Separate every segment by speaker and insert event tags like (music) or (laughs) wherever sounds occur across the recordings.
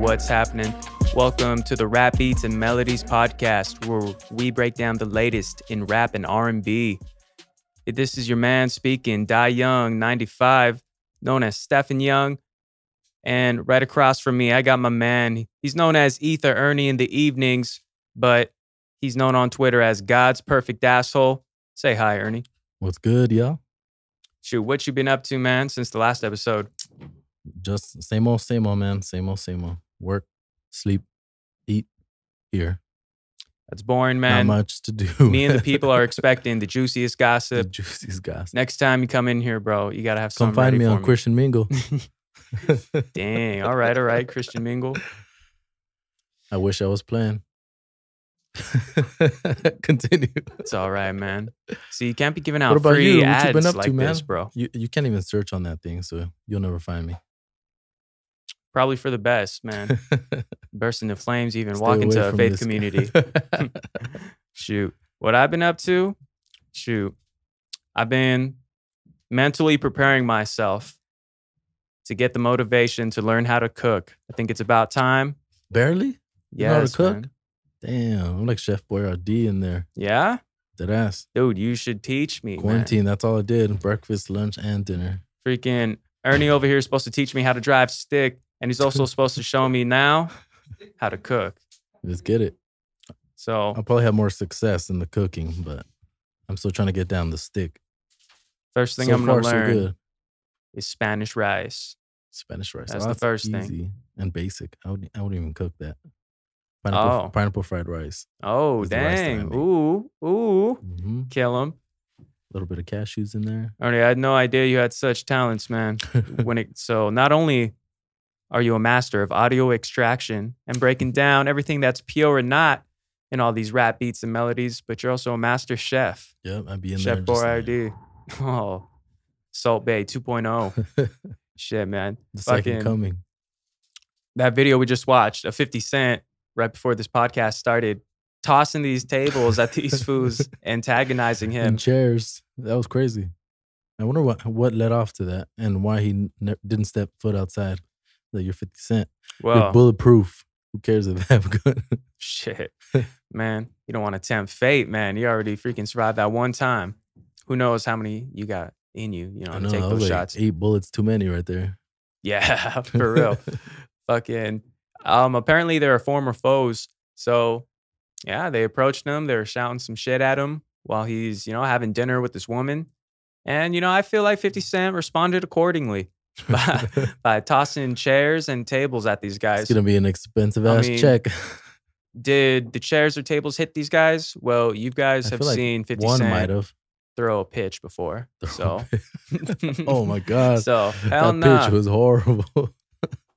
Speaker 1: what's happening? Welcome to the Rap Beats and Melodies podcast, where we break down the latest in rap and R&B. This is your man speaking, Die Young, 95, known as Stephen Young. And right across from me, I got my man. He's known as Ether Ernie in the evenings, but he's known on Twitter as God's Perfect Asshole. Say hi, Ernie.
Speaker 2: What's good, y'all?
Speaker 1: Shoot, what you been up to, man, since the last episode?
Speaker 2: Just same old, same old, man. Same old, same old. Work, sleep, eat, here.
Speaker 1: That's boring, man.
Speaker 2: Not much to do.
Speaker 1: Me and the people
Speaker 2: (laughs)
Speaker 1: are expecting the juiciest
Speaker 2: the
Speaker 1: gossip.
Speaker 2: juiciest guys.
Speaker 1: Next time you come in here, bro, you gotta have something
Speaker 2: Come find
Speaker 1: ready
Speaker 2: me
Speaker 1: for
Speaker 2: on
Speaker 1: (laughs)
Speaker 2: Christian Mingle. (laughs)
Speaker 1: Dang. All right, all right, Christian Mingle.
Speaker 2: I wish I was playing. (laughs) Continue.
Speaker 1: It's all right, man. See, you can't be giving out
Speaker 2: What about
Speaker 1: free
Speaker 2: you? What
Speaker 1: ads
Speaker 2: you been up to,
Speaker 1: like this,
Speaker 2: man?
Speaker 1: bro.
Speaker 2: You you can't even search on that thing, so you'll never find me.
Speaker 1: Probably for the best,
Speaker 2: (laughs)
Speaker 1: man. Burst into flames, even
Speaker 2: Stay
Speaker 1: walk
Speaker 2: away
Speaker 1: into a
Speaker 2: from
Speaker 1: faith
Speaker 2: this. (laughs)
Speaker 1: community. Shoot. What I've been up to? Shoot. I've been mentally preparing myself to get the motivation to learn how to cook. I think it's about time.
Speaker 2: Barely? You know
Speaker 1: Yeah.
Speaker 2: how to cook? Damn, I'm like Chef Boyardee in there.
Speaker 1: Yeah.
Speaker 2: Dead ass.
Speaker 1: Dude, you should teach me. man.
Speaker 2: Quarantine, that's all I did. Breakfast, lunch, and dinner.
Speaker 1: Freaking Ernie over here is supposed to teach me how to drive stick, and he's also supposed to show me now how to cook.
Speaker 2: Let's get it. I'll (laughs)
Speaker 1: So
Speaker 2: probably have more success in the cooking, but I'm still trying to get down the stick.
Speaker 1: first thing
Speaker 2: so
Speaker 1: I'm
Speaker 2: far,
Speaker 1: gonna learn
Speaker 2: so good.
Speaker 1: is Spanish rice.
Speaker 2: Spanish rice.
Speaker 1: That's
Speaker 2: Oh,
Speaker 1: the first thing.
Speaker 2: easy and basic. I wouldn't, I wouldn't even cook that. Pineapple,
Speaker 1: Oh.
Speaker 2: pineapple fried rice.
Speaker 1: Oh
Speaker 2: It's the rice that I
Speaker 1: dang!
Speaker 2: make.
Speaker 1: Ooh ooh!
Speaker 2: hmm
Speaker 1: Kill him,
Speaker 2: A little bit of cashews
Speaker 1: (laughs)
Speaker 2: in there. (laughs)
Speaker 1: Ernie. I had no idea you had such talents, man. When it so not only are you a master of audio extraction and
Speaker 2: (laughs)
Speaker 1: breaking down everything that's pure and not in all these rap beats and melodies, but you're also a master chef.
Speaker 2: yep, I'd be in
Speaker 1: Chef
Speaker 2: there.
Speaker 1: Boyardee. (laughs) Oh, Salt Bay 2.0.
Speaker 2: just like- (laughs)
Speaker 1: Shit, man.
Speaker 2: the second
Speaker 1: Fucking-
Speaker 2: coming.
Speaker 1: That video we just watched of 50 Cent right before this podcast started, tossing these tables at
Speaker 2: (laughs)
Speaker 1: these fools, antagonizing him.
Speaker 2: And chairs. That was crazy. I wonder what what led off to that and why he ne- didn't step foot outside. Like you're 50 Cent. you're
Speaker 1: Well,
Speaker 2: bulletproof. Who cares if I (laughs) have a gun?
Speaker 1: (laughs)
Speaker 2: (laughs)
Speaker 1: shit, man. You don't want to tempt fate, man. You already freaking survived that one time. Who knows how many you got in you, you know,
Speaker 2: I
Speaker 1: to
Speaker 2: know.
Speaker 1: take
Speaker 2: I
Speaker 1: those
Speaker 2: was like,
Speaker 1: shots.
Speaker 2: Eight bullets too many right there.
Speaker 1: Yeah, (laughs)
Speaker 2: (laughs)
Speaker 1: for real. fucking um apparently they're former foes so yeah they approached him they were shouting some shit at him while he's you know having dinner with this woman and you know i feel like 50 cent responded accordingly by, by tossing chairs and tables at these
Speaker 2: (laughs) it's
Speaker 1: guys
Speaker 2: gonna be an expensive
Speaker 1: I
Speaker 2: ass
Speaker 1: mean,
Speaker 2: check. (laughs)
Speaker 1: did the chairs or tables hit these guys well you guys
Speaker 2: I
Speaker 1: have
Speaker 2: feel like
Speaker 1: seen 50
Speaker 2: One
Speaker 1: cent
Speaker 2: might (laughs) have.
Speaker 1: throw a pitch before so (laughs)
Speaker 2: oh my god.
Speaker 1: so hell
Speaker 2: (laughs) that
Speaker 1: no
Speaker 2: pitch was horrible.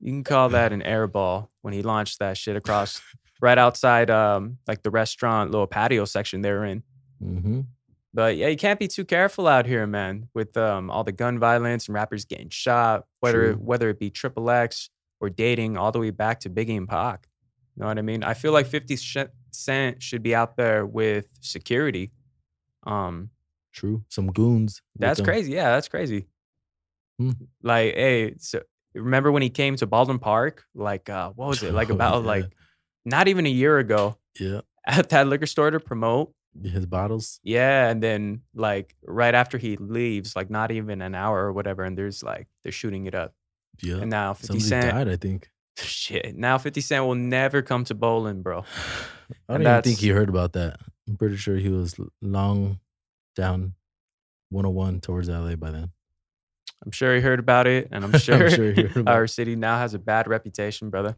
Speaker 1: You can call that an air ball when he launched that shit across right outside um like the restaurant little patio section they were in.
Speaker 2: hmm
Speaker 1: But yeah, you can't be too careful out here, man, with um all the gun violence and rappers getting shot, whether
Speaker 2: True.
Speaker 1: whether it be Triple X or dating all the way back to Biggie and Pac. You know what I mean? I feel like 50 sh- Cent should be out there with security. Um
Speaker 2: True. Some goons. with
Speaker 1: that's
Speaker 2: them.
Speaker 1: crazy. Yeah, that's crazy.
Speaker 2: Hmm.
Speaker 1: Like, hey, so remember when he came to Baldwin Park? Like, uh, what was
Speaker 2: (laughs)
Speaker 1: it? Like
Speaker 2: Oh,
Speaker 1: about
Speaker 2: yeah.
Speaker 1: like not even a year ago (laughs)
Speaker 2: Yeah.
Speaker 1: at that liquor store to promote.
Speaker 2: His bottles.
Speaker 1: Yeah, and then like right after he leaves, like not even an hour or whatever, and there's like they're shooting it up.
Speaker 2: Yeah.
Speaker 1: And now Fifty
Speaker 2: Somebody
Speaker 1: Cent,
Speaker 2: died, I think.
Speaker 1: (laughs) shit. Now Fifty Cent will never come to bowling, bro.
Speaker 2: I
Speaker 1: And
Speaker 2: don't even think
Speaker 1: that's-
Speaker 2: he heard about that. I'm pretty sure he was l- long down 101 towards LA by then.
Speaker 1: I'm sure he heard about it, and I'm
Speaker 2: (laughs) I'm
Speaker 1: sure,
Speaker 2: sure he heard about
Speaker 1: (laughs) our city now has a bad reputation, brother.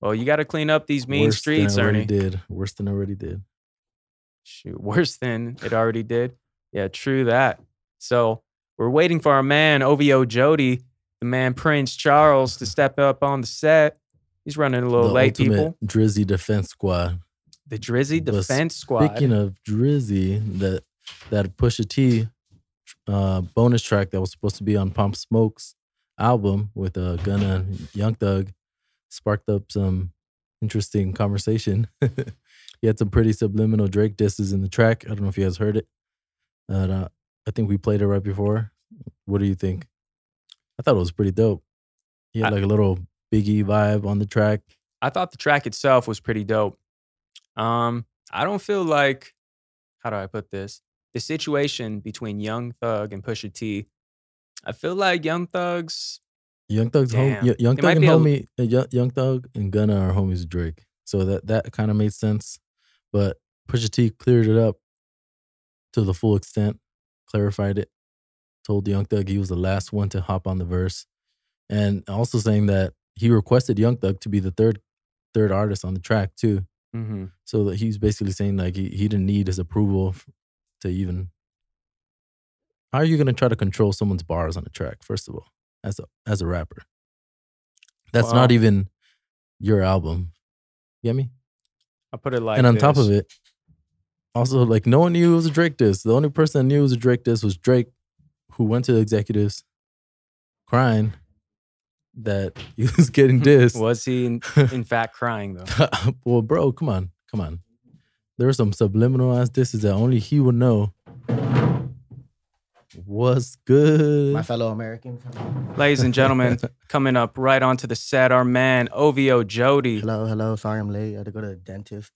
Speaker 1: Well, you got to clean up these mean
Speaker 2: Worse
Speaker 1: streets,
Speaker 2: than I already
Speaker 1: Ernie.
Speaker 2: did. Worse than I already did.
Speaker 1: shoot, worse than it already did. Yeah, true that. So we're waiting for our man OVO Jody, the man Prince Charles, to step up on the set. He's running a little
Speaker 2: the
Speaker 1: late, people.
Speaker 2: ultimate Drizzy Defense Squad.
Speaker 1: The Drizzy
Speaker 2: The
Speaker 1: Defense Squad.
Speaker 2: Speaking of Drizzy, that that Pusha T uh, bonus track that was supposed to be on Pump Smoke's album with uh, Gunna and Young Thug sparked up some interesting conversation. (laughs) he had some pretty subliminal Drake disses in the track. I don't know if you guys heard it. Uh, uh, I think we played it right before. What do you think? I thought it was pretty dope. He had
Speaker 1: I-
Speaker 2: like a little Biggie vibe on the track.
Speaker 1: I thought the track itself was pretty dope. Um, I don't feel like how do I put this? The situation between Young Thug and Pusha T. I feel like Young Thug's
Speaker 2: Young Thug's home,
Speaker 1: Damn.
Speaker 2: Yo- Young
Speaker 1: It might
Speaker 2: Thug and
Speaker 1: be a-
Speaker 2: homie, uh, Yo- Young Thug and Gunna are homies of Drake, so that that kind of made sense. But Pusha T cleared it up to the full extent, clarified it, told Young Thug he was the last one to hop on the verse, and also saying that he requested Young Thug to be the third third artist on the track too.
Speaker 1: mm-hmm.
Speaker 2: So that he's basically saying like he, he didn't need his approval f- to even. How are you gonna try to control someone's bars on a track? First of all, as a as a rapper, that's not
Speaker 1: Wow.
Speaker 2: even your album. You get me?
Speaker 1: I put it like
Speaker 2: and on top
Speaker 1: this.
Speaker 2: of it, also like no one knew it was a Drake diss. The only person that knew it was a Drake diss was Drake, who went to the executives, crying that (laughs) he was getting dissed.
Speaker 1: was he
Speaker 2: (laughs)
Speaker 1: in, in fact crying though?
Speaker 2: well, bro, come on, come on. There were some subliminal ass disses that only he would know. What's good?
Speaker 3: My fellow Americans.
Speaker 1: Ladies and gentlemen, coming up right onto the set, our man OVO Jody.
Speaker 3: Hello, hello. Sorry I'm late. I had to go to the dentist.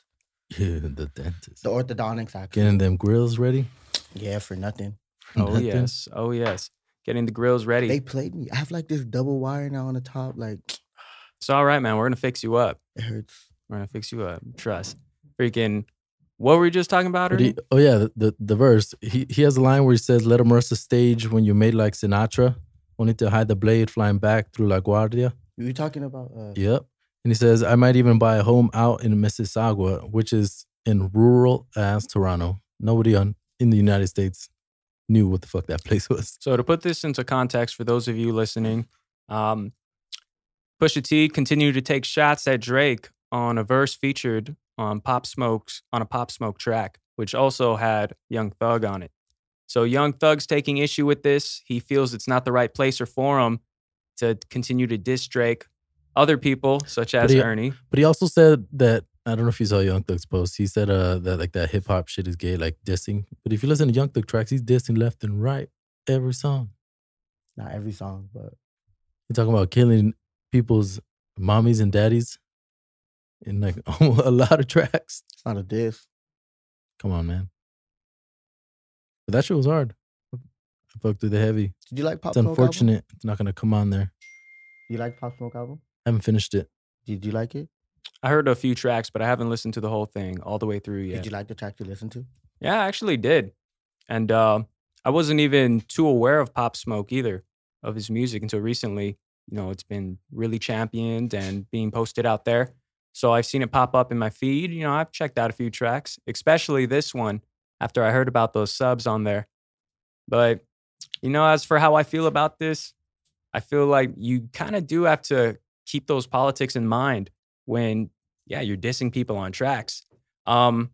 Speaker 2: yeah, (laughs) the dentist.
Speaker 3: The orthodontics, actually.
Speaker 2: Getting them grills ready.
Speaker 3: Yeah, for nothing.
Speaker 1: Oh
Speaker 2: Nothing.
Speaker 1: yes, oh yes, getting the grills ready.
Speaker 3: They played me. I have like this double wire now on the top. Like, (sniffs)
Speaker 1: It's all right, man. We're gonna fix you up.
Speaker 3: it hurts.
Speaker 1: We're gonna fix you up. Trust. Freaking. What were we just talking about?
Speaker 2: But he-
Speaker 1: Ernie?
Speaker 2: oh yeah, the, the the verse. He he has a line where he says, "Let him rust the stage when you made like Sinatra, only to hide the blade flying back through LaGuardia."
Speaker 3: You were talking about. Uh,
Speaker 2: Yep. And he says, I might even buy a home out in Mississauga, which is in rural ass Toronto. Nobody on in the United States knew what the fuck that (laughs) place was.
Speaker 1: So to put this into context for those of you listening, um, Pusha T continued to take shots at Drake on a verse featured on Pop Smoke's on a Pop Smoke track, which also had Young Thug on it. So Young Thug's taking issue with this. He feels it's not the right place or forum to continue to diss Drake. Other people, such as
Speaker 2: he-
Speaker 1: Ernie,
Speaker 2: But he also said that I don't know if you saw Young Thug's post. He said uh, that like that hip hop shit is gay, like dissing. But if you listen to Young Thug tracks, he's dissing left and right every song.
Speaker 3: Not every song, but
Speaker 2: He's talking about killing people's mommies and daddies in like (laughs) a lot of tracks.
Speaker 3: it's not a diss.
Speaker 2: Come on, man. But that shit was hard. I fucked with the heavy.
Speaker 3: Did you like Pop
Speaker 2: It's
Speaker 3: Smoke? Album?
Speaker 2: unfortunate. It's not gonna come on there.
Speaker 3: You like Pop Smoke album?
Speaker 2: I haven't finished it.
Speaker 3: Did you like it?
Speaker 1: I heard a few tracks, but I haven't listened to the whole thing all the way through yet.
Speaker 3: Did you like the track you listened to?
Speaker 1: Yeah, I actually did. And uh, I wasn't even too aware of Pop Smoke either, of his music until recently. You know, it's been really championed and being posted out there. So I've seen it pop up in my feed. You know, I've checked out a few tracks, especially this one after I heard about those subs on there. But, you know, as for how I feel about this, I feel like you kind of do have to keep those politics in mind when, yeah, you're dissing people on tracks. Um,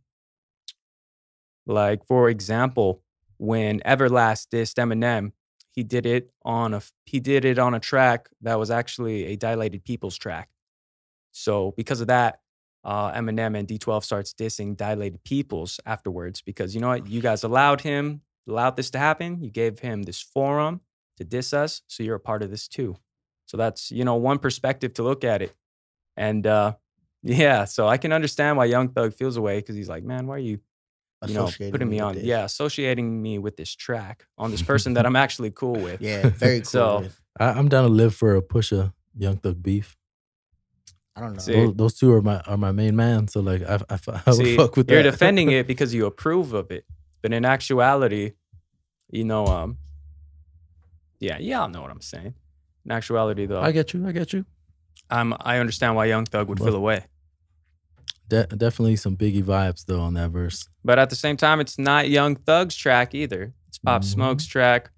Speaker 1: like, for example, when Everlast dissed Eminem, he did it on a f- he did it on a track that was actually a dilated people's track. So because of that, uh, Eminem and D12 starts dissing dilated peoples afterwards because you know what? You guys allowed him, allowed this to happen. You gave him this forum to diss us, so you're a part of this too. So that's you know one perspective to look at it, and uh, (laughs) yeah, so I can understand why Young Thug feels away because he's like, man, why are you you know,
Speaker 3: Associated
Speaker 1: putting me
Speaker 3: with
Speaker 1: on,
Speaker 3: this.
Speaker 1: yeah, associating me with this track on this person that I'm actually
Speaker 2: (laughs)
Speaker 1: cool with.
Speaker 3: Yeah, very cool.
Speaker 1: So-
Speaker 3: with-
Speaker 2: I, I'm down to live for a pusher Young Thug beef.
Speaker 3: I don't know.
Speaker 1: See,
Speaker 2: Those, those two are my are my main man. So like I (laughs) I, I would
Speaker 1: See,
Speaker 2: fuck with
Speaker 1: you're
Speaker 2: that. (laughs)
Speaker 1: defending it because you approve of it, but in actuality, you know, um, yeah, y'all know what I'm saying. In actuality, though,
Speaker 2: I
Speaker 1: I,
Speaker 2: get you. I get you.
Speaker 1: am I understand why Young Thug would
Speaker 2: Well-
Speaker 1: feel away,
Speaker 2: De- definitely some Biggie vibes though on that verse.
Speaker 1: but at the same time, it's not Young Thug's track either. It's Pop
Speaker 2: Mhm.
Speaker 1: Smoke's track.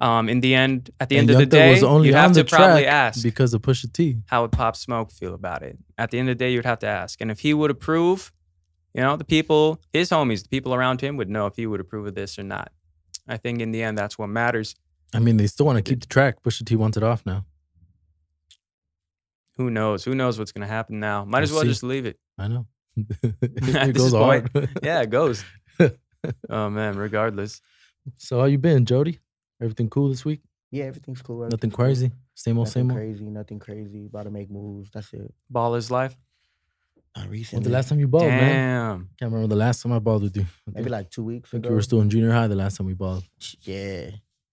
Speaker 1: Um, in the end, at the
Speaker 2: And
Speaker 1: end of the
Speaker 2: Young
Speaker 1: day,
Speaker 2: Thug was only
Speaker 1: you
Speaker 2: on
Speaker 1: have
Speaker 2: the
Speaker 1: to probably
Speaker 2: track
Speaker 1: ask.
Speaker 2: Because of Pusha T.
Speaker 1: how would Pop Smoke feel about it? At the end of the day, you'd have to ask. And if he would approve, you know, the people, his homies, the people around him would know if he would approve of this or not. I think in the end, that's what matters.
Speaker 2: I mean, they still want to keep the track. Pusha T wants it off now.
Speaker 1: Who knows? Who knows what's going to happen now? Might
Speaker 2: We'll
Speaker 1: as well
Speaker 2: see.
Speaker 1: just leave
Speaker 2: (laughs)
Speaker 1: it.
Speaker 2: I
Speaker 3: (laughs)
Speaker 2: know.
Speaker 1: At
Speaker 2: it
Speaker 1: this
Speaker 2: goes
Speaker 1: point,
Speaker 2: hard. (laughs)
Speaker 1: Yeah, it goes. oh, man, regardless.
Speaker 2: So how you been, Jody? Everything cool this week?
Speaker 3: yeah, everything's cool.
Speaker 2: Nothing
Speaker 3: everything's cool.
Speaker 2: crazy. Same old,
Speaker 3: Nothing
Speaker 2: same old.
Speaker 3: crazy. Nothing crazy. About to make moves. That's it.
Speaker 1: Ball is life.
Speaker 3: Not
Speaker 2: When's
Speaker 3: recently.
Speaker 2: the last time you balled, man?
Speaker 1: Damn.
Speaker 2: Can't remember the last time I balled with you. (laughs) I think,
Speaker 3: Maybe like two
Speaker 2: I
Speaker 3: weeks
Speaker 2: think
Speaker 3: ago.
Speaker 2: you were still in junior high the last time we balled.
Speaker 3: yeah,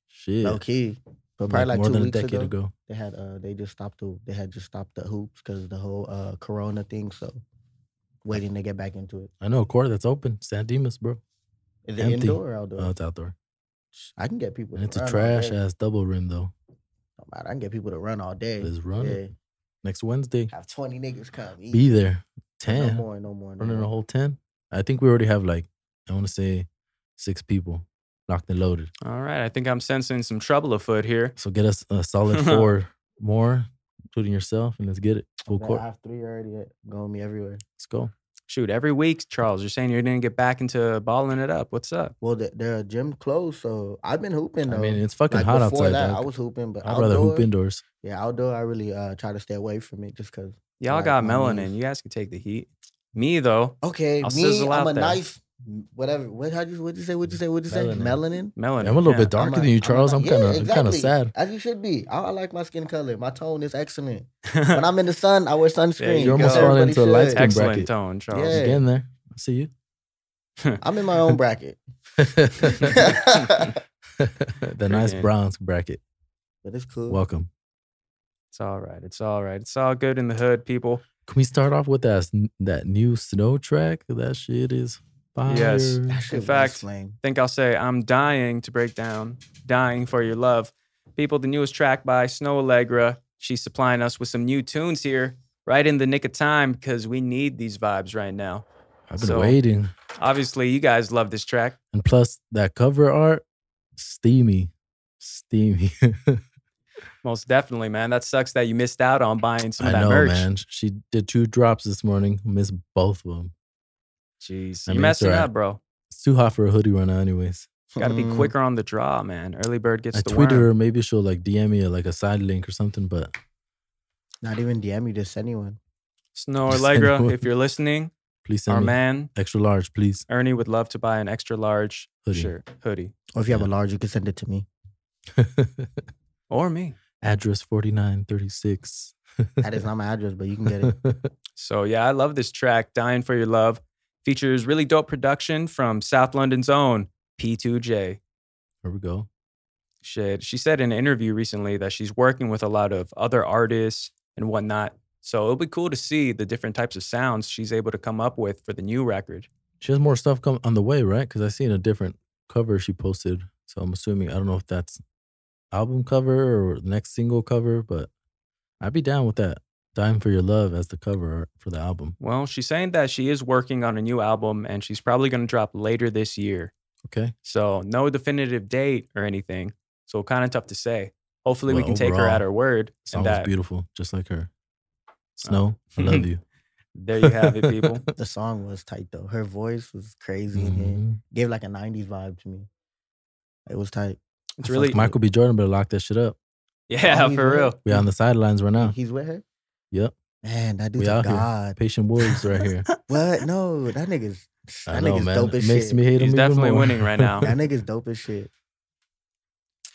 Speaker 2: Shit,
Speaker 3: low key. But probably like,
Speaker 2: more
Speaker 3: two
Speaker 2: than a
Speaker 3: weeks
Speaker 2: decade
Speaker 3: ago,
Speaker 2: ago.
Speaker 3: they had uh they just stopped the they had just stopped the hoops because the whole uh Corona thing. So waiting to get back into it.
Speaker 2: I know a court that's open, San Dimas, bro.
Speaker 3: Is it
Speaker 2: Empty.
Speaker 3: indoor or outdoor?
Speaker 2: Oh, it's outdoor.
Speaker 3: I can get people.
Speaker 2: And
Speaker 3: to
Speaker 2: it's a
Speaker 3: run all
Speaker 2: trash
Speaker 3: day.
Speaker 2: ass double rim though.
Speaker 3: Don't matter, I can get people to run all day.
Speaker 2: Let's run it. Next Wednesday,
Speaker 3: Have twenty niggas come. eat.
Speaker 2: be there.
Speaker 3: No
Speaker 2: Ten,
Speaker 3: more. No more. No
Speaker 2: running
Speaker 3: more.
Speaker 2: a whole ten. I think we already have like I want to say six people locked and loaded.
Speaker 1: All right. I think I'm sensing some trouble afoot here.
Speaker 2: So get us a solid
Speaker 3: (laughs)
Speaker 2: four more, including yourself, and let's get it full
Speaker 3: Man,
Speaker 2: court.
Speaker 3: I have three already at- going me everywhere.
Speaker 2: Let's go.
Speaker 1: Shoot, every week, Charles, you're saying you didn't get back into balling it up. What's up?
Speaker 3: Well, the, the gym closed, so I've been hooping though.
Speaker 2: I mean, it's fucking
Speaker 3: like
Speaker 2: hot
Speaker 3: before
Speaker 2: outside.
Speaker 3: that, I
Speaker 2: dog.
Speaker 3: was hooping, but
Speaker 2: I'd rather
Speaker 3: outdoor,
Speaker 2: hoop indoors.
Speaker 3: Yeah, outdoor, I really uh, try to stay away from it just because.
Speaker 1: Y'all
Speaker 3: Like,
Speaker 1: got
Speaker 3: I
Speaker 1: melanin.
Speaker 3: mean-
Speaker 1: You guys can take the heat. Me, though,
Speaker 3: Okay,
Speaker 1: I'll
Speaker 3: me,
Speaker 1: sizzle
Speaker 3: I'm
Speaker 1: out
Speaker 3: a
Speaker 1: there.
Speaker 3: knife. Whatever. What? How'd you? What'd you say? What'd you say? What'd you say?
Speaker 2: Melanin.
Speaker 3: Melanin.
Speaker 1: melanin.
Speaker 2: I'm a little
Speaker 1: yeah. (laughs)
Speaker 2: bit darker
Speaker 3: I'm a-
Speaker 2: than you,
Speaker 3: I'm a
Speaker 2: Charles.
Speaker 3: knight.
Speaker 2: I'm kind of
Speaker 3: Yeah,
Speaker 2: I'm kind of sad.
Speaker 3: exactly. As you should be. I, I like my skin color. My tone is excellent. when I'm in the sun, I wear sunscreen.
Speaker 1: you
Speaker 2: You're almost
Speaker 1: go.
Speaker 2: falling
Speaker 3: Everybody
Speaker 2: into a light
Speaker 3: should.
Speaker 2: skin
Speaker 1: Excellent
Speaker 2: bracket.
Speaker 1: tone, Charles.
Speaker 3: Yeah.
Speaker 2: Again, there. I see you. (laughs)
Speaker 3: I'm in my own bracket. but
Speaker 1: Freaking-
Speaker 2: the
Speaker 3: (laughs)
Speaker 2: nice
Speaker 1: Freaking-
Speaker 2: bronze bracket.
Speaker 3: it's cool.
Speaker 2: Welcome.
Speaker 1: It's all right. It's all right. It's all good in the hood, people.
Speaker 2: Can we start off with that s- that new snow track? That shit is fire.
Speaker 1: Yes.
Speaker 3: (laughs) That shit was
Speaker 1: fact,
Speaker 3: flame.
Speaker 1: think I'll say I'm dying to break down, dying for your love. People, the newest track by Snow Allegra. She's supplying us with some new tunes here, right in the nick of time, because we need these vibes right now.
Speaker 2: I've been
Speaker 1: So-
Speaker 2: waiting.
Speaker 1: Obviously, you guys love this track.
Speaker 2: And plus that cover art, steamy. Steamy.
Speaker 1: Most definitely, man. That sucks that you missed out on buying some
Speaker 2: (laughs) I
Speaker 1: of that
Speaker 2: know,
Speaker 1: merch.
Speaker 2: man. She did two drops this morning. Missed both of them.
Speaker 1: Jeez,
Speaker 2: I
Speaker 1: you're
Speaker 2: mean, it's
Speaker 1: messing
Speaker 2: all right.
Speaker 1: up, bro.
Speaker 2: It's too hot for a hoodie right now, anyways.
Speaker 1: Got to be
Speaker 3: Mm,
Speaker 1: quicker on the draw, man. Early bird gets
Speaker 2: I
Speaker 1: the
Speaker 2: tweeted
Speaker 1: worm.
Speaker 2: her, maybe she'll like DM me like a side link or something, but
Speaker 3: Not even DM you, just anyone.
Speaker 2: (laughs)
Speaker 1: Snow
Speaker 2: Just
Speaker 1: Allegra,
Speaker 2: anyone.
Speaker 1: if you're listening,
Speaker 2: please send
Speaker 1: our
Speaker 2: me
Speaker 1: man
Speaker 2: extra large, please. (laughs)
Speaker 1: Ernie would love to buy an extra large
Speaker 2: Hoodie.
Speaker 1: shirt, hoodie,
Speaker 3: Or if you have a large, you can send it
Speaker 2: (laughs)
Speaker 3: to me.
Speaker 1: or me.
Speaker 2: Address 4936.
Speaker 3: That is not my address, but you can get
Speaker 2: (laughs)
Speaker 3: it.
Speaker 1: So yeah, I love this track, Dying for Your Love. Features really dope production from South London's own P2J.
Speaker 2: There we go.
Speaker 1: Shit. She said in an interview recently that she's working with a lot of other artists and whatnot. So it'll be cool to see the different types of sounds she's able to come up with for the new record.
Speaker 2: She has more stuff come on the way, right? Because I seen a different cover she posted. So I'm assuming I don't know if that's album cover or next single cover, but I'd be down with that. Dying for your love as the cover art for the album.
Speaker 1: Well, she's saying that she is working on a new album and she's probably going to drop later this year.
Speaker 2: Okay.
Speaker 1: So no definitive date or anything. So kind of tough to say. Hopefully we
Speaker 2: Well,
Speaker 1: can take her
Speaker 2: overall,
Speaker 1: at her word
Speaker 2: Song
Speaker 1: and
Speaker 2: was
Speaker 1: that Oh.
Speaker 2: beautiful, just like her. Snow,
Speaker 1: (laughs)
Speaker 2: I love you.
Speaker 1: there you have
Speaker 2: (laughs)
Speaker 1: it, people.
Speaker 3: The song was tight though. Her voice was crazy in here.
Speaker 2: Mhm.
Speaker 3: Gave like a '90s vibe to me. It was tight.
Speaker 1: It's
Speaker 3: I fucked
Speaker 1: really
Speaker 3: my-
Speaker 2: Michael B. Jordan better lock that shit up.
Speaker 1: (laughs) yeah,
Speaker 3: Oh, he's
Speaker 1: for
Speaker 3: lit.
Speaker 1: real.
Speaker 2: We on the sidelines right
Speaker 1: Mm-hmm.
Speaker 2: now.
Speaker 3: He's with her.
Speaker 2: Yep.
Speaker 3: Man, that
Speaker 2: We
Speaker 3: dude's a
Speaker 2: out here.
Speaker 3: god.
Speaker 2: Patient Woods
Speaker 1: (laughs)
Speaker 2: right here.
Speaker 3: What? No, that nigga's
Speaker 2: I
Speaker 3: that
Speaker 2: know,
Speaker 3: nigga's
Speaker 2: man.
Speaker 3: dope
Speaker 2: It
Speaker 3: as
Speaker 2: makes
Speaker 3: shit.
Speaker 2: me hate him.
Speaker 1: He's
Speaker 2: even
Speaker 1: definitely
Speaker 2: more.
Speaker 1: winning right
Speaker 2: (laughs)
Speaker 1: now.
Speaker 3: That nigga's dope as shit.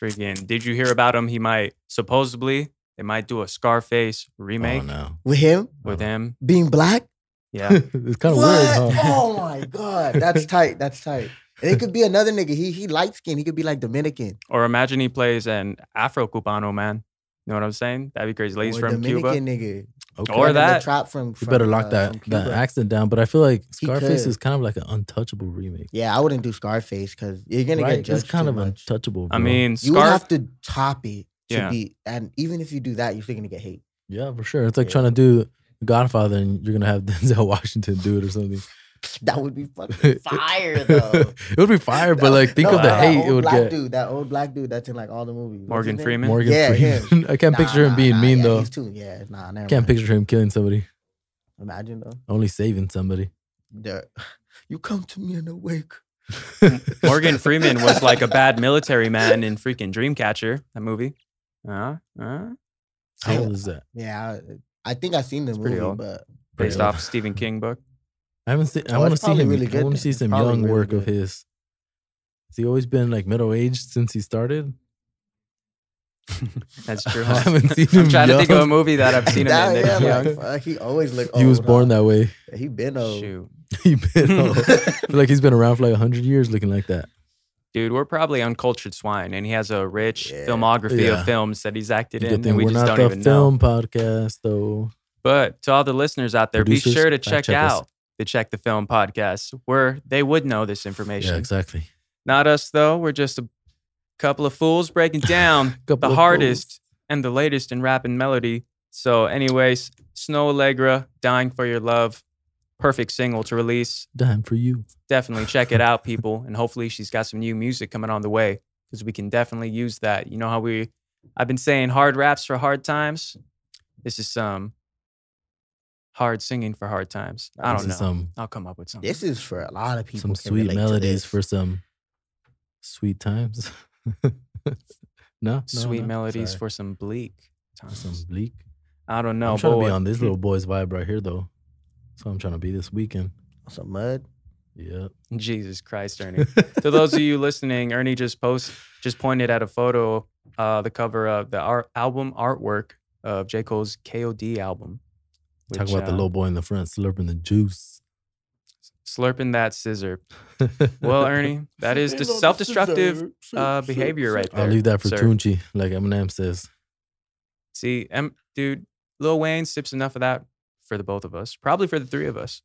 Speaker 1: Freaking, did you hear about him? He might supposedly they might do a Scarface remake
Speaker 2: Oh, no.
Speaker 3: With him
Speaker 1: with him.
Speaker 3: being black.
Speaker 1: Yeah,
Speaker 2: (laughs) it's kind of weird,
Speaker 3: what?
Speaker 2: huh?
Speaker 3: (laughs) Oh my god, that's tight. That's tight. And it could be another nigga. He he light skinned. He could be like Dominican.
Speaker 1: or imagine he plays an Afro Cubano man. You know what I'm saying? That'd be crazy. Like, He's
Speaker 3: or
Speaker 1: from
Speaker 3: Dominican
Speaker 1: Cuba.
Speaker 3: nigga.
Speaker 2: Okay.
Speaker 1: Or
Speaker 3: Like in the
Speaker 1: that.
Speaker 3: trap from.
Speaker 2: You
Speaker 3: from,
Speaker 2: better lock
Speaker 3: uh, from
Speaker 2: that, that
Speaker 3: Cuba.
Speaker 2: accent down. But I feel like Scarface
Speaker 3: could.
Speaker 2: is kind of like an untouchable remake.
Speaker 3: Yeah, I wouldn't do Scarface because you're gonna
Speaker 2: right?
Speaker 3: get
Speaker 2: it's
Speaker 3: judged
Speaker 2: kind
Speaker 3: too
Speaker 2: of
Speaker 3: much.
Speaker 2: untouchable.
Speaker 1: I
Speaker 2: bro.
Speaker 1: mean,
Speaker 3: you would
Speaker 1: Scarf.
Speaker 3: have to top it to
Speaker 1: Yeah.
Speaker 3: be, and even if you do that, you're still gonna get hate.
Speaker 2: yeah, for sure. It's like
Speaker 3: Yeah.
Speaker 2: trying to do Godfather and you're going to have (laughs) Denzel Washington do it or
Speaker 3: (laughs)
Speaker 2: something.
Speaker 3: That would
Speaker 2: (laughs)
Speaker 3: be fucking fire though.
Speaker 2: it would be (laughs) fire, but
Speaker 3: That-
Speaker 2: like, think
Speaker 3: no,
Speaker 2: of the
Speaker 3: that
Speaker 2: hate
Speaker 3: old
Speaker 2: it would
Speaker 3: black
Speaker 2: get.
Speaker 3: Dude, that old black dude that's in like all the movies. What's
Speaker 1: Morgan
Speaker 3: his name?
Speaker 1: Freeman?
Speaker 2: Morgan
Speaker 3: Yeah,
Speaker 2: Freeman. (laughs) I can't
Speaker 3: Nah,
Speaker 2: picture him
Speaker 3: nah,
Speaker 2: being
Speaker 3: nah,
Speaker 2: mean,
Speaker 3: yeah,
Speaker 2: though.
Speaker 3: He's too, yeah, nah, never
Speaker 2: Can't
Speaker 3: mind.
Speaker 2: picture him killing somebody,
Speaker 3: Imagine though.
Speaker 2: only saving somebody.
Speaker 3: The, (laughs) you come to me in the wake.
Speaker 1: (laughs) Morgan Freeman was like a bad military man in freaking Dreamcatcher, that movie. Uh, uh,
Speaker 2: (laughs) How old is that?
Speaker 3: Yeah, I, I think I seen the
Speaker 1: pretty
Speaker 3: movie,
Speaker 1: old.
Speaker 3: but
Speaker 1: based
Speaker 2: Pretty old.
Speaker 1: off Stephen King book.
Speaker 2: I haven't seen. I
Speaker 3: Oh,
Speaker 2: want to
Speaker 3: it's
Speaker 2: see
Speaker 3: probably
Speaker 2: him.
Speaker 3: really
Speaker 2: I
Speaker 3: good
Speaker 2: want to
Speaker 3: then.
Speaker 2: see
Speaker 3: It's
Speaker 2: some
Speaker 3: probably
Speaker 2: young
Speaker 3: really
Speaker 2: work of
Speaker 3: good.
Speaker 2: his. Has he always been like middle aged since he started?
Speaker 1: That's true.
Speaker 2: (laughs) I
Speaker 1: huh?
Speaker 2: haven't seen
Speaker 1: (laughs)
Speaker 2: him.
Speaker 1: I'm trying to think of a
Speaker 2: young.
Speaker 1: movie that I've
Speaker 2: (laughs)
Speaker 1: seen him
Speaker 3: Nah,
Speaker 1: in. that
Speaker 3: yeah,
Speaker 1: (laughs)
Speaker 3: like,
Speaker 1: he's
Speaker 3: fuck, he always looked old.
Speaker 2: He was born
Speaker 3: huh?
Speaker 2: that way. (laughs)
Speaker 3: He been
Speaker 1: young.
Speaker 3: old.
Speaker 1: Shoot.
Speaker 2: He been
Speaker 1: (laughs)
Speaker 2: (laughs) old. I feel like he's been around for like hundred years, looking like that.
Speaker 1: Dude, we're probably uncultured swine, and he has a rich
Speaker 3: Yeah.
Speaker 1: filmography
Speaker 2: Yeah.
Speaker 1: of films that he's acted in,
Speaker 2: Good
Speaker 1: and
Speaker 2: thing
Speaker 1: we
Speaker 2: we're
Speaker 1: just
Speaker 2: not
Speaker 1: don't
Speaker 2: the
Speaker 1: even know.
Speaker 2: film podcast, though.
Speaker 1: But to all the listeners out there,
Speaker 2: Producers,
Speaker 1: be sure to
Speaker 2: fact
Speaker 1: check
Speaker 2: check us.
Speaker 1: out the Check the Film podcast, where they would know this information.
Speaker 2: Yeah, exactly.
Speaker 1: Not us, though. We're just a couple of fools breaking down
Speaker 2: Couple
Speaker 1: the
Speaker 2: of
Speaker 1: hardest and the latest in rap and melody. So, anyways, Snow Allegra, Dying for Your Love, perfect single to release.
Speaker 2: fools. Dime for you.
Speaker 1: Definitely check it out, people. And hopefully, she's got some new music coming on the way because we can definitely use that. You know how we, I've been saying hard raps for hard times. This is some hard singing for hard times. I
Speaker 2: This
Speaker 1: don't
Speaker 2: is
Speaker 1: know.
Speaker 2: Some
Speaker 1: I'll come up with something.
Speaker 2: (laughs)
Speaker 3: (laughs) This is for a lot of people.
Speaker 2: some
Speaker 3: can
Speaker 2: sweet
Speaker 3: relate to
Speaker 2: melodies
Speaker 3: this.
Speaker 2: for some sweet times. (laughs) no, no,
Speaker 1: Sweet
Speaker 2: no,
Speaker 1: melodies
Speaker 2: sorry.
Speaker 1: for some bleak
Speaker 2: For
Speaker 1: times.
Speaker 2: some bleak.
Speaker 1: I don't know.
Speaker 2: I'm trying
Speaker 1: boy.
Speaker 2: to be on this little boy's vibe right here, though. That's what I'm trying to be this weekend.
Speaker 3: some mud.
Speaker 2: Yeah.
Speaker 1: (laughs) Jesus Christ, Ernie.
Speaker 2: (laughs)
Speaker 1: to those of you listening, Ernie just post just pointed at a photo, uh, the cover of the art, album artwork of J. Cole's KOD album.
Speaker 2: Talk
Speaker 1: which,
Speaker 2: about the
Speaker 1: uh,
Speaker 2: little boy in the front slurping the juice.
Speaker 1: slurping that scissor. Well,
Speaker 2: (laughs)
Speaker 1: Ernie, that is the self-destructive. uh, behavior right
Speaker 2: I'll
Speaker 1: there,
Speaker 2: leave that for
Speaker 1: sir.
Speaker 2: Tunchi, like Eminem says.
Speaker 1: See, em, dude, Lil Wayne sips enough of that for the both of us, probably for the three of us.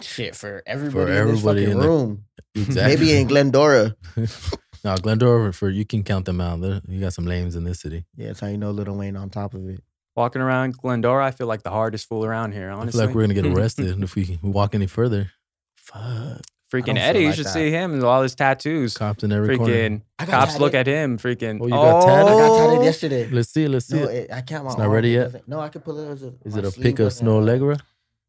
Speaker 3: Shit for everybody,
Speaker 2: everybody
Speaker 3: in this fucking
Speaker 2: in the-
Speaker 3: room. Maybe
Speaker 2: (laughs)
Speaker 3: in Glendora.
Speaker 2: no, Glendora for you can count them out. There, you got some lames in this city.
Speaker 3: Yeah, that's how you know Little Wayne on top of it.
Speaker 1: Walking around Glendora, I feel like the hardest fool around here. Honestly,
Speaker 2: I feel like we're
Speaker 1: (laughs)
Speaker 2: gonna get arrested if we walk any further.
Speaker 3: Fuck. don't
Speaker 1: freaking
Speaker 3: feel
Speaker 1: Eddie. you
Speaker 3: like
Speaker 1: should
Speaker 3: that.
Speaker 1: see him and all his tattoos.
Speaker 2: Cops in every corner.
Speaker 1: Freaking
Speaker 3: I got
Speaker 1: cops
Speaker 3: tatted.
Speaker 1: look at him. Freaking
Speaker 2: Oh, you got tatted?
Speaker 3: I got
Speaker 1: Oh!
Speaker 3: tatted yesterday.
Speaker 2: Let's see. it, Let's see.
Speaker 3: No,
Speaker 2: it.
Speaker 3: it, I can't. My
Speaker 2: It's not
Speaker 3: arm
Speaker 2: ready yet?
Speaker 3: wasn't- No, I could pull it. as
Speaker 2: Is
Speaker 3: my
Speaker 2: it a
Speaker 3: sleeve
Speaker 2: pick of
Speaker 3: wasn't-
Speaker 1: uh,
Speaker 2: Snow Allegra?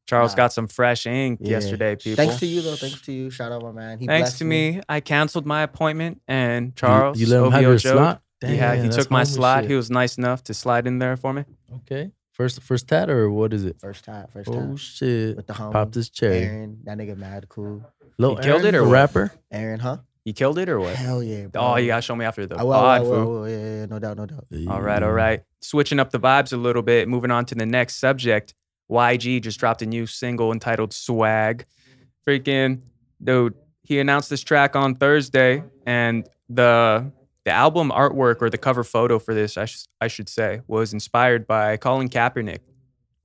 Speaker 1: Charles
Speaker 3: Nah.
Speaker 1: got some fresh ink
Speaker 3: Yeah.
Speaker 1: yesterday, people.
Speaker 3: Thanks to you though. Thanks to you. Shout out my man. He
Speaker 1: Thanks
Speaker 3: blessed
Speaker 1: to me, I canceled my appointment, and Charles
Speaker 2: you, you let him
Speaker 1: OVO
Speaker 2: have your
Speaker 1: Joe,
Speaker 2: slot.
Speaker 1: yeah, he
Speaker 2: that's
Speaker 1: took my
Speaker 2: homie
Speaker 1: slot.
Speaker 2: shit.
Speaker 1: He was nice enough to slide in there for me.
Speaker 2: okay. First, first tat or what is it?
Speaker 3: First time. First time.
Speaker 2: Oh shit!
Speaker 3: With the homie.
Speaker 2: Popped his cherry.
Speaker 3: Aaron, that nigga mad cool.
Speaker 2: Lil
Speaker 1: um, He killed
Speaker 2: Aaron,
Speaker 1: it or
Speaker 2: the
Speaker 1: what?
Speaker 2: rapper?
Speaker 3: Aaron, huh?
Speaker 1: You killed it or what?
Speaker 3: Hell yeah. Bro.
Speaker 1: Oh, you gotta show me after the
Speaker 3: I will, I
Speaker 1: pod,
Speaker 3: will, I
Speaker 1: fool.
Speaker 3: will. Yeah, yeah, yeah, no doubt, no doubt.
Speaker 1: All right, all right. Switching up the vibes a little bit. Moving on to the next subject. YG just dropped a new single entitled "Swag." Freaking dude, he announced this track on Thursday, and the the album artwork or the cover photo for this, I, sh- I should say, was inspired by Colin Kaepernick.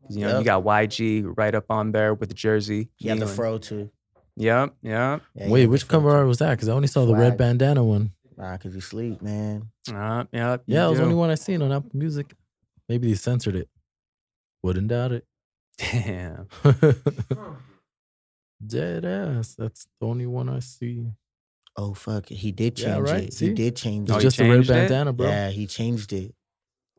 Speaker 1: 'Cause, You know,
Speaker 3: Yeah.
Speaker 1: you got YG right up on there with the jersey.
Speaker 3: Yeah, the
Speaker 1: kneeling.
Speaker 3: fro too.
Speaker 1: Yep, yep.
Speaker 3: Yeah, he
Speaker 2: Wait,
Speaker 3: had the
Speaker 2: which
Speaker 3: fro,
Speaker 2: cover
Speaker 3: too.
Speaker 2: art was that? Because I only saw the red
Speaker 3: Swag.
Speaker 2: bandana one.
Speaker 3: Nah, cause you sleep, man.
Speaker 1: Yep, yep. you
Speaker 2: Yeah, it was the
Speaker 1: do.
Speaker 2: only one I seen on Apple Music. Maybe they censored it. Wouldn't doubt it.
Speaker 1: (laughs) Damn.
Speaker 2: (laughs) Dead ass. That's the only one I see.
Speaker 3: Oh fuck, he did change
Speaker 2: Yeah, right,
Speaker 3: it.
Speaker 2: see?
Speaker 3: He did change
Speaker 2: It's
Speaker 1: Oh,
Speaker 3: it.
Speaker 1: he
Speaker 2: just the red
Speaker 1: changed it?
Speaker 2: bandana, bro. Yeah,
Speaker 3: yeah, he changed it.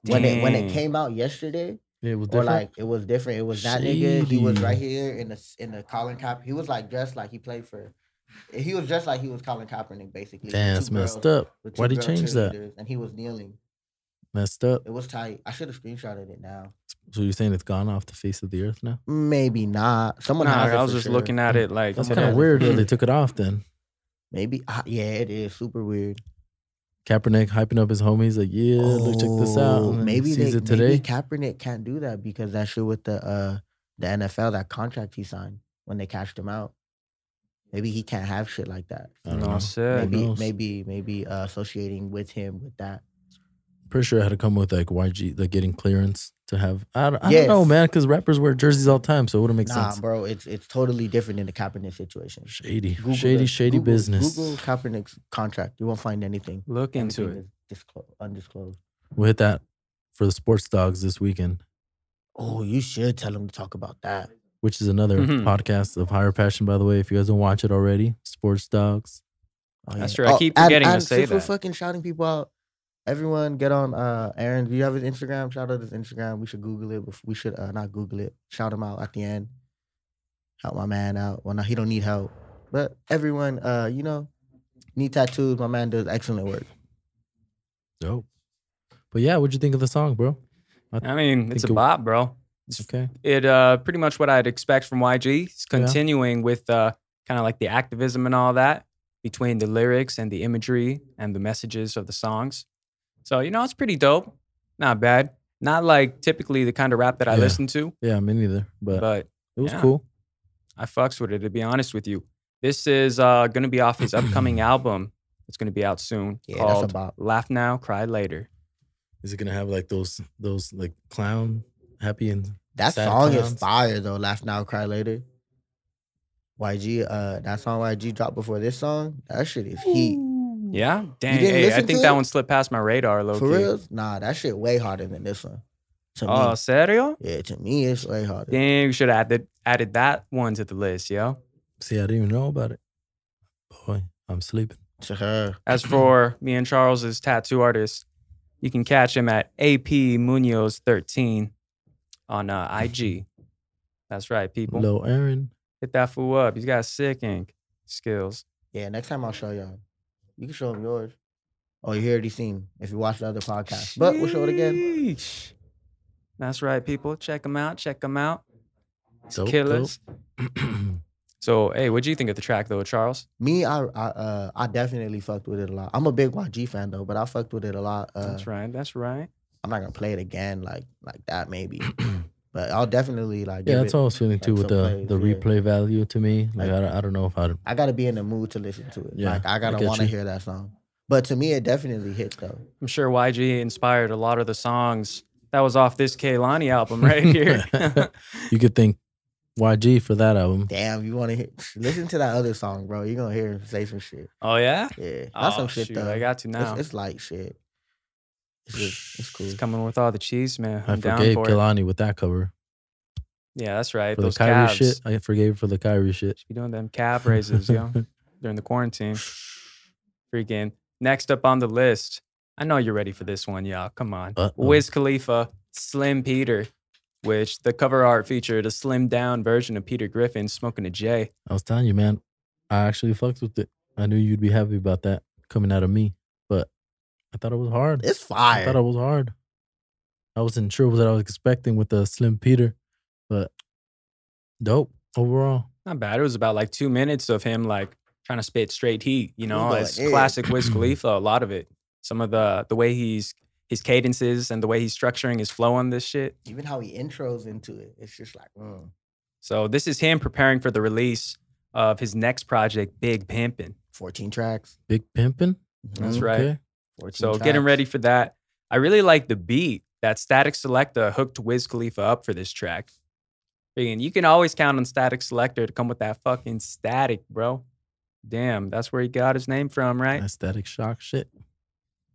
Speaker 3: When it when
Speaker 1: Dang.
Speaker 3: it came out yesterday,
Speaker 2: it was
Speaker 3: or
Speaker 2: different.
Speaker 3: like it was different. It was that nigga. He was right
Speaker 2: Shady.
Speaker 3: here in the s- in the Colin Kaepernick. He was like dressed like he played for. He was dressed like he was Colin Kaepernick, basically. with
Speaker 2: Damn,
Speaker 3: two
Speaker 2: it's messed
Speaker 3: girls-
Speaker 2: up.
Speaker 3: with two
Speaker 2: Why'd he
Speaker 3: girl
Speaker 2: change that?
Speaker 3: cheerleaders, And he was kneeling.
Speaker 2: Messed up.
Speaker 3: It was tight. I should have screenshotted it now.
Speaker 2: So you're saying it's gone off the face of the earth now?
Speaker 3: Maybe not. Someone
Speaker 1: Nah,
Speaker 3: has it
Speaker 1: I was
Speaker 3: for
Speaker 1: just
Speaker 3: sure.
Speaker 1: looking at it like
Speaker 2: That's
Speaker 3: Yeah.
Speaker 2: kind of
Speaker 1: (clears throat)
Speaker 2: weird that they took it off then.
Speaker 3: Maybe ah, yeah, it is super weird.
Speaker 2: Kaepernick hyping up his homies like, yeah, look, check this out.
Speaker 3: Oh,
Speaker 2: and then he
Speaker 3: Maybe
Speaker 2: sees
Speaker 3: they,
Speaker 2: it today.
Speaker 3: maybe Kaepernick can't do that because that shit with the uh the NFL that contract he signed when they cashed him out. Maybe he can't have shit like that.
Speaker 2: I don't
Speaker 1: No,
Speaker 2: know.
Speaker 1: sir.
Speaker 2: Who
Speaker 3: maybe
Speaker 2: knows?
Speaker 3: maybe maybe uh, associating with him with that.
Speaker 2: Pretty sure it had to come with like YG, like getting clearance to have. I don't, I
Speaker 3: Yeah.
Speaker 2: don't know, man, because rappers wear jerseys all the time, so it wouldn't make
Speaker 3: nah,
Speaker 2: sense.
Speaker 3: bro, it's it's totally different in the Kaepernick situation.
Speaker 2: Shady,
Speaker 3: Google
Speaker 2: shady,
Speaker 3: it.
Speaker 2: shady
Speaker 3: Google-
Speaker 2: business.
Speaker 3: Google Kaepernick's contract. You won't find anything.
Speaker 1: Look into it.
Speaker 3: Everything is disclo- undisclosed.
Speaker 2: We'll hit that for the sports dogs this weekend,
Speaker 3: Oh, you should tell him to talk about that.
Speaker 2: which is another
Speaker 1: Mhm.
Speaker 2: podcast of higher passion, by the way. If you guys don't watch it already, sports dogs.
Speaker 3: Oh,
Speaker 1: That's
Speaker 3: yeah.
Speaker 1: true. I keep forgetting to
Speaker 3: and
Speaker 1: say
Speaker 3: since We're
Speaker 1: that.
Speaker 3: fucking shouting people out. Everyone, get on uh Aaron. Do you have his Instagram? Shout out his Instagram. We should Google it. bef- We should uh, not Google it. Shout him out at the end. Help my man out. Well, no, he don't need help. But everyone, uh, you know, need tattoos. My man does excellent work.
Speaker 2: Dope. But yeah, what'd you think of the song, bro?
Speaker 1: I mean, it's a
Speaker 2: Think it-
Speaker 1: bop, bro.
Speaker 2: Okay.
Speaker 1: It uh pretty much what I'd expect from YG. It's
Speaker 2: Yeah.
Speaker 1: continuing with uh kind of like the activism and all that between the lyrics and the imagery and the messages of the songs. So you know, it's pretty dope. Not bad. Not like typically the kind of rap that I
Speaker 2: Yeah.
Speaker 1: listen to,
Speaker 2: Yeah, me neither. But,
Speaker 1: but
Speaker 2: it was
Speaker 1: yeah.
Speaker 2: cool.
Speaker 1: I fucks with it to be honest with you. This is uh, gonna be off his
Speaker 3: (clears throat)
Speaker 1: upcoming album. It's gonna be out soon.
Speaker 3: Yeah, that's a
Speaker 1: called
Speaker 3: bop.
Speaker 1: Laugh Now, Cry Later.
Speaker 2: Is it gonna have like those those like clown happy and
Speaker 3: That
Speaker 2: Sad
Speaker 3: song is
Speaker 2: Clowns.
Speaker 3: fire though. Laugh now, cry later. YG, uh, that song YG dropped before this song. That shit is heat.
Speaker 1: Yeah, dang.
Speaker 3: Mm. didn't
Speaker 1: Hey, I
Speaker 3: listen
Speaker 1: think
Speaker 3: to
Speaker 1: that
Speaker 3: it?
Speaker 1: one slipped past my radar, low
Speaker 3: For
Speaker 1: key.
Speaker 3: real? Nah, that shit way harder than this one. To
Speaker 1: Oh,
Speaker 3: me,
Speaker 1: serio?
Speaker 3: yeah, to me it's way harder.
Speaker 1: Dang, you should have added, added that one to the list, yo.
Speaker 2: see, I didn't even know about it. Boy, I'm sleeping.
Speaker 3: To her, (clears throat)
Speaker 1: As for me and Charles's tattoo artist, you can catch him at AP Munoz 13 on
Speaker 3: (laughs)
Speaker 1: uh, IG. That's right, people.
Speaker 2: Lil Aaron.
Speaker 1: Hit that fool up. He's got sick ink skills.
Speaker 3: yeah. Next time I'll show y'all. You can show them yours. Oh, you already seen 'em if you watch the other podcast. But we'll show it again.
Speaker 1: Sheesh. That's right, people. Check him out. Check him out.
Speaker 2: Dope, (clears throat)
Speaker 1: Killers.
Speaker 2: dope.
Speaker 1: So, hey, what'd you think of the track though, Charles?
Speaker 3: Me, I, I, uh, I definitely fucked with it a lot. I'm a big YG fan though, but I fucked with it a lot. Uh,
Speaker 1: that's right. That's right.
Speaker 3: I'm not gonna play it again like like that
Speaker 1: (clears throat)
Speaker 3: maybe, but I'll definitely like.
Speaker 2: yeah,
Speaker 3: give
Speaker 2: that's
Speaker 3: it-
Speaker 2: how I was feeling too
Speaker 3: like
Speaker 2: with
Speaker 3: some
Speaker 2: the the
Speaker 3: plays, yeah.
Speaker 2: replay value to me. Like,
Speaker 3: Like-
Speaker 2: I, don't- I don't know if I'd
Speaker 3: I gotta be in the mood to listen to it.
Speaker 2: Yeah,
Speaker 3: like I
Speaker 2: I
Speaker 3: gotta
Speaker 2: get
Speaker 3: want to
Speaker 2: you.
Speaker 3: hear that song. But to me, it definitely hits though.
Speaker 1: I'm sure YG inspired a lot of the songs that was off this Kaylani album right here.
Speaker 2: you could thank YG for that album.
Speaker 3: Damn, you want to listen to that other song, bro? You're gonna hear him say some shit.
Speaker 1: oh (laughs) yeah,
Speaker 3: Yeah, not
Speaker 1: oh,
Speaker 3: some shit
Speaker 1: shoot,
Speaker 3: though.
Speaker 1: I got to now.
Speaker 3: It's, it's light shit. It's just, it's
Speaker 1: (sighs)
Speaker 3: cool.
Speaker 1: It's coming with all the cheese, man.
Speaker 2: I
Speaker 1: I'm down
Speaker 2: forgave
Speaker 1: for it.
Speaker 2: Kalani with that cover
Speaker 1: Yeah, that's right.
Speaker 2: for the
Speaker 1: Those
Speaker 2: Kyrie
Speaker 1: calves.
Speaker 2: shit. I forgave for the Kyrie shit.
Speaker 1: Should be doing them calf raises,
Speaker 2: (laughs)
Speaker 1: yo, during the quarantine. Freaking. Next up on the list. I know you're ready for this one, y'all. Come on.
Speaker 2: Uh-oh.
Speaker 1: Wiz Khalifa, Slim Peter, which the cover art featured a slimmed down version of Peter Griffin smoking a J.
Speaker 2: I was telling you, man. I actually fucked with it. I knew you'd be happy about that coming out of me, but I thought it was hard.
Speaker 3: It's
Speaker 2: I thought
Speaker 3: fire.
Speaker 2: it was hard. I wasn't sure what I was expecting with the Slim Peter, but dope overall.
Speaker 1: Not bad. It was about like two minutes of him like trying to spit straight heat. You know,
Speaker 3: going
Speaker 1: it's
Speaker 3: in.
Speaker 1: classic Wiz Khalifa. A lot of it. Some of the the way he's his cadences and the way he's structuring his flow on this shit.
Speaker 3: Even how he intros into it, it's just like, mm.
Speaker 1: So this is him preparing for the release of his next project, Big Pimpin'.
Speaker 3: 14 tracks.
Speaker 2: Big pimpin.
Speaker 1: That's
Speaker 3: Mhm.
Speaker 1: right.
Speaker 2: Okay.
Speaker 3: 14
Speaker 1: So getting
Speaker 3: tracks.
Speaker 1: ready for that. I really like the beat that Static Selector hooked Wiz Khalifa up for this track. And you can always count on Static Selector to come with that fucking static, bro. Damn, that's where he got his name from, right?
Speaker 2: Aesthetic shock shit.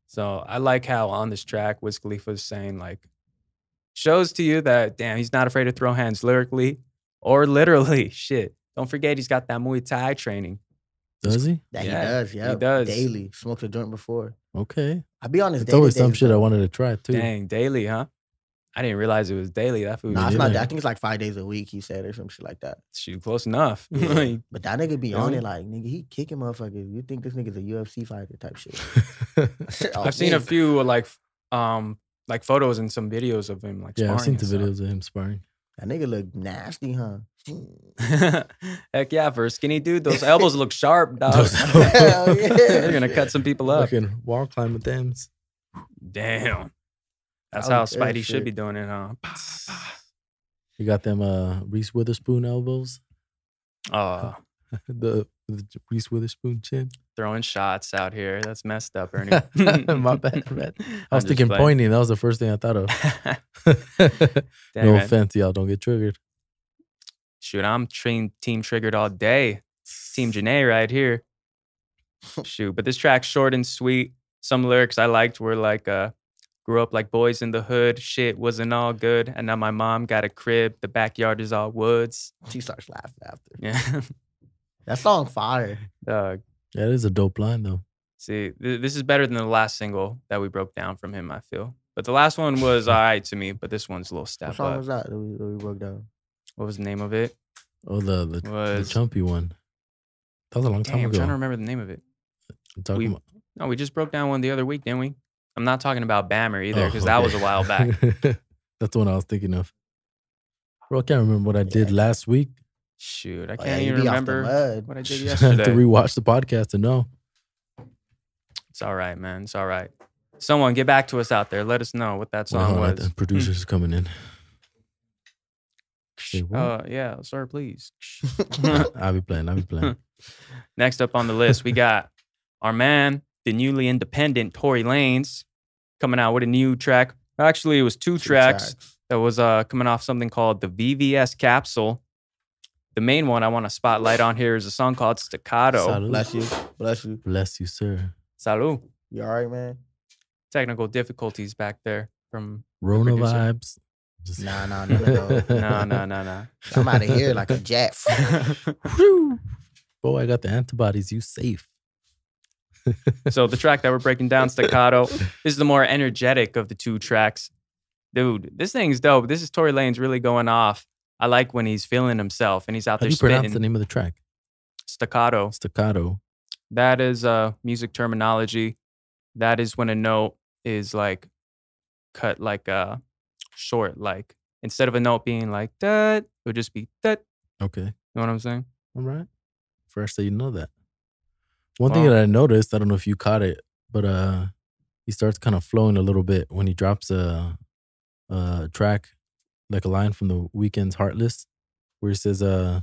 Speaker 1: So I like how on this track Wiz Khalifa is saying like shows to you that damn he's not afraid to throw hands lyrically or literally. (laughs) Shit, don't forget he's got that Muay Thai training.
Speaker 2: Does he?
Speaker 3: That
Speaker 1: Yeah,
Speaker 3: he does. Yeah,
Speaker 1: does.
Speaker 3: daily. Smoked a joint before.
Speaker 2: Okay.
Speaker 3: I be honest.
Speaker 2: It's always some shit I
Speaker 3: want.
Speaker 2: wanted to try too.
Speaker 1: Dang, daily, huh? I didn't realize it was daily. That food
Speaker 3: Nah,
Speaker 1: was
Speaker 3: it's not
Speaker 2: either.
Speaker 3: that. I think it's like five days a week. He said or some shit like that.
Speaker 1: shoot close enough. (laughs)
Speaker 3: Yeah. but that nigga be
Speaker 1: You
Speaker 3: on
Speaker 1: know?
Speaker 3: it like nigga, he kicking motherfuckers. You think this nigga's a UFC fighter
Speaker 1: (laughs)
Speaker 3: type shit? Oh,
Speaker 1: I've seen a
Speaker 3: man.
Speaker 1: few like um like photos and some videos of him like
Speaker 2: (laughs) yeah, I've seen
Speaker 1: sparring
Speaker 2: the
Speaker 1: and
Speaker 2: videos of him
Speaker 1: (laughs)
Speaker 2: sparring.
Speaker 3: That nigga look nasty, huh?
Speaker 1: stuff. (laughs) Heck yeah, for a skinny dude, those elbows look
Speaker 3: (laughs)
Speaker 1: sharp, dog. (laughs)
Speaker 2: (laughs)
Speaker 3: Hell yeah.
Speaker 1: They're gonna cut some people up.
Speaker 2: Fucking wall climb with them.
Speaker 1: Damn. That's
Speaker 3: That
Speaker 1: how
Speaker 3: was good
Speaker 2: "Oh,
Speaker 1: Spidey should
Speaker 3: shit.
Speaker 1: be doing it, huh?
Speaker 2: You got them uh, Reese Witherspoon elbows, (laughs)
Speaker 1: Oh,
Speaker 2: the, the Reese Witherspoon chin.
Speaker 1: throwing shots out here. That's messed up, Ernie. (laughs)
Speaker 2: (laughs) My bad, man. I was thinking pointing. That was the first thing I thought of. (laughs)
Speaker 1: Damn
Speaker 2: no
Speaker 1: it.
Speaker 2: offense, y'all. Don't get triggered.
Speaker 1: Shoot, I'm team, team triggered all day. Team Janae right
Speaker 2: (laughs)
Speaker 1: here. Shoot, but this track's short and sweet. Some lyrics I liked were like, uh, grew up like boys in the hood. Shit wasn't all good. And now my mom got a crib. The backyard is all woods. (laughs)
Speaker 3: She starts laughing after.
Speaker 2: (laughs)
Speaker 1: Yeah.
Speaker 3: That song fire.
Speaker 1: Dog.
Speaker 2: That is a dope line, though.
Speaker 1: See, th- this is better than the last single that we broke down from him, I feel. But the last one
Speaker 3: (laughs)
Speaker 1: was all right to me, but this one's a little
Speaker 3: What
Speaker 1: step
Speaker 3: song
Speaker 1: up.
Speaker 3: was that that we, that we broke down?
Speaker 1: what was the name of it?
Speaker 2: Oh, the the, the
Speaker 1: Was-
Speaker 2: chumpy one. That was a long
Speaker 1: Damn,
Speaker 2: time
Speaker 1: I'm trying to
Speaker 2: ago.
Speaker 1: remember the name of it.
Speaker 2: I'm talking
Speaker 1: we-
Speaker 2: about-
Speaker 1: No, we just broke down one the other week, didn't we? I'm not talking about Bammer either,
Speaker 2: Oh,
Speaker 1: because that was a
Speaker 2: okay.
Speaker 1: while back.
Speaker 2: (laughs) That's the one I was thinking of. Bro, I can't remember what I did
Speaker 3: Yeah.
Speaker 2: last week.
Speaker 1: Shoot, I
Speaker 3: Oh,
Speaker 1: can't
Speaker 3: yeah, you
Speaker 1: even
Speaker 3: be off (laughs) the
Speaker 1: remember
Speaker 3: mud.
Speaker 1: what I did
Speaker 2: (laughs) I have to
Speaker 1: yesterday.
Speaker 2: rewatch the podcast to know.
Speaker 1: it's all right, man. It's all right. Someone get back to us out there. Let us know what that
Speaker 2: Wait,
Speaker 1: song
Speaker 2: hold on,
Speaker 1: was. Hmm.
Speaker 2: the producers
Speaker 1: (laughs)
Speaker 2: coming in. Say what?
Speaker 1: Uh, yeah, sir, please.
Speaker 3: (laughs)
Speaker 2: I'll be playing. I'll
Speaker 1: (laughs)
Speaker 2: be playing.
Speaker 1: Next up on the list, we got our man, the newly independent Tory Lanez, coming out with a new track. Actually, it was two, tracks that was uh, coming off something called the VVS Capsule. The main one I want to spotlight on here is a song called Staccato.
Speaker 2: Salud.
Speaker 3: Bless you. Bless you.
Speaker 2: Bless you, sir.
Speaker 1: Salud.
Speaker 3: You all right, man?
Speaker 1: Technical difficulties back there (laughs) from
Speaker 2: Rona
Speaker 1: producer.
Speaker 2: vibes. Just-
Speaker 3: Nah, nah, nah, nah,
Speaker 1: no, no,
Speaker 2: (laughs)
Speaker 1: no, no.
Speaker 3: I'm out of here like a jet.
Speaker 1: (laughs)
Speaker 2: Whew. Boy, I got the antibodies. You safe.
Speaker 1: so the track that we're breaking down,
Speaker 2: (laughs)
Speaker 1: Staccato, this is the more energetic of the two tracks. Dude, this thing's dope. This is Tory Lane's really going off. I like when he's feeling himself and he's out
Speaker 2: How do
Speaker 1: there
Speaker 2: you pronounce
Speaker 1: spitting
Speaker 2: the name of the track?
Speaker 1: staccato.
Speaker 2: Staccato.
Speaker 1: That is uh music terminology. That is when a note is like cut like uh short, like instead of a note being like that, it would just be that.
Speaker 2: Okay.
Speaker 1: You know what I'm saying?
Speaker 2: All right. First that you know that. One thing
Speaker 1: Wow.
Speaker 2: that I noticed, I don't know if you caught it, but uh he starts kind of flowing a little bit when he drops a a track, like a line from the weekend's Heartless, where he says, uh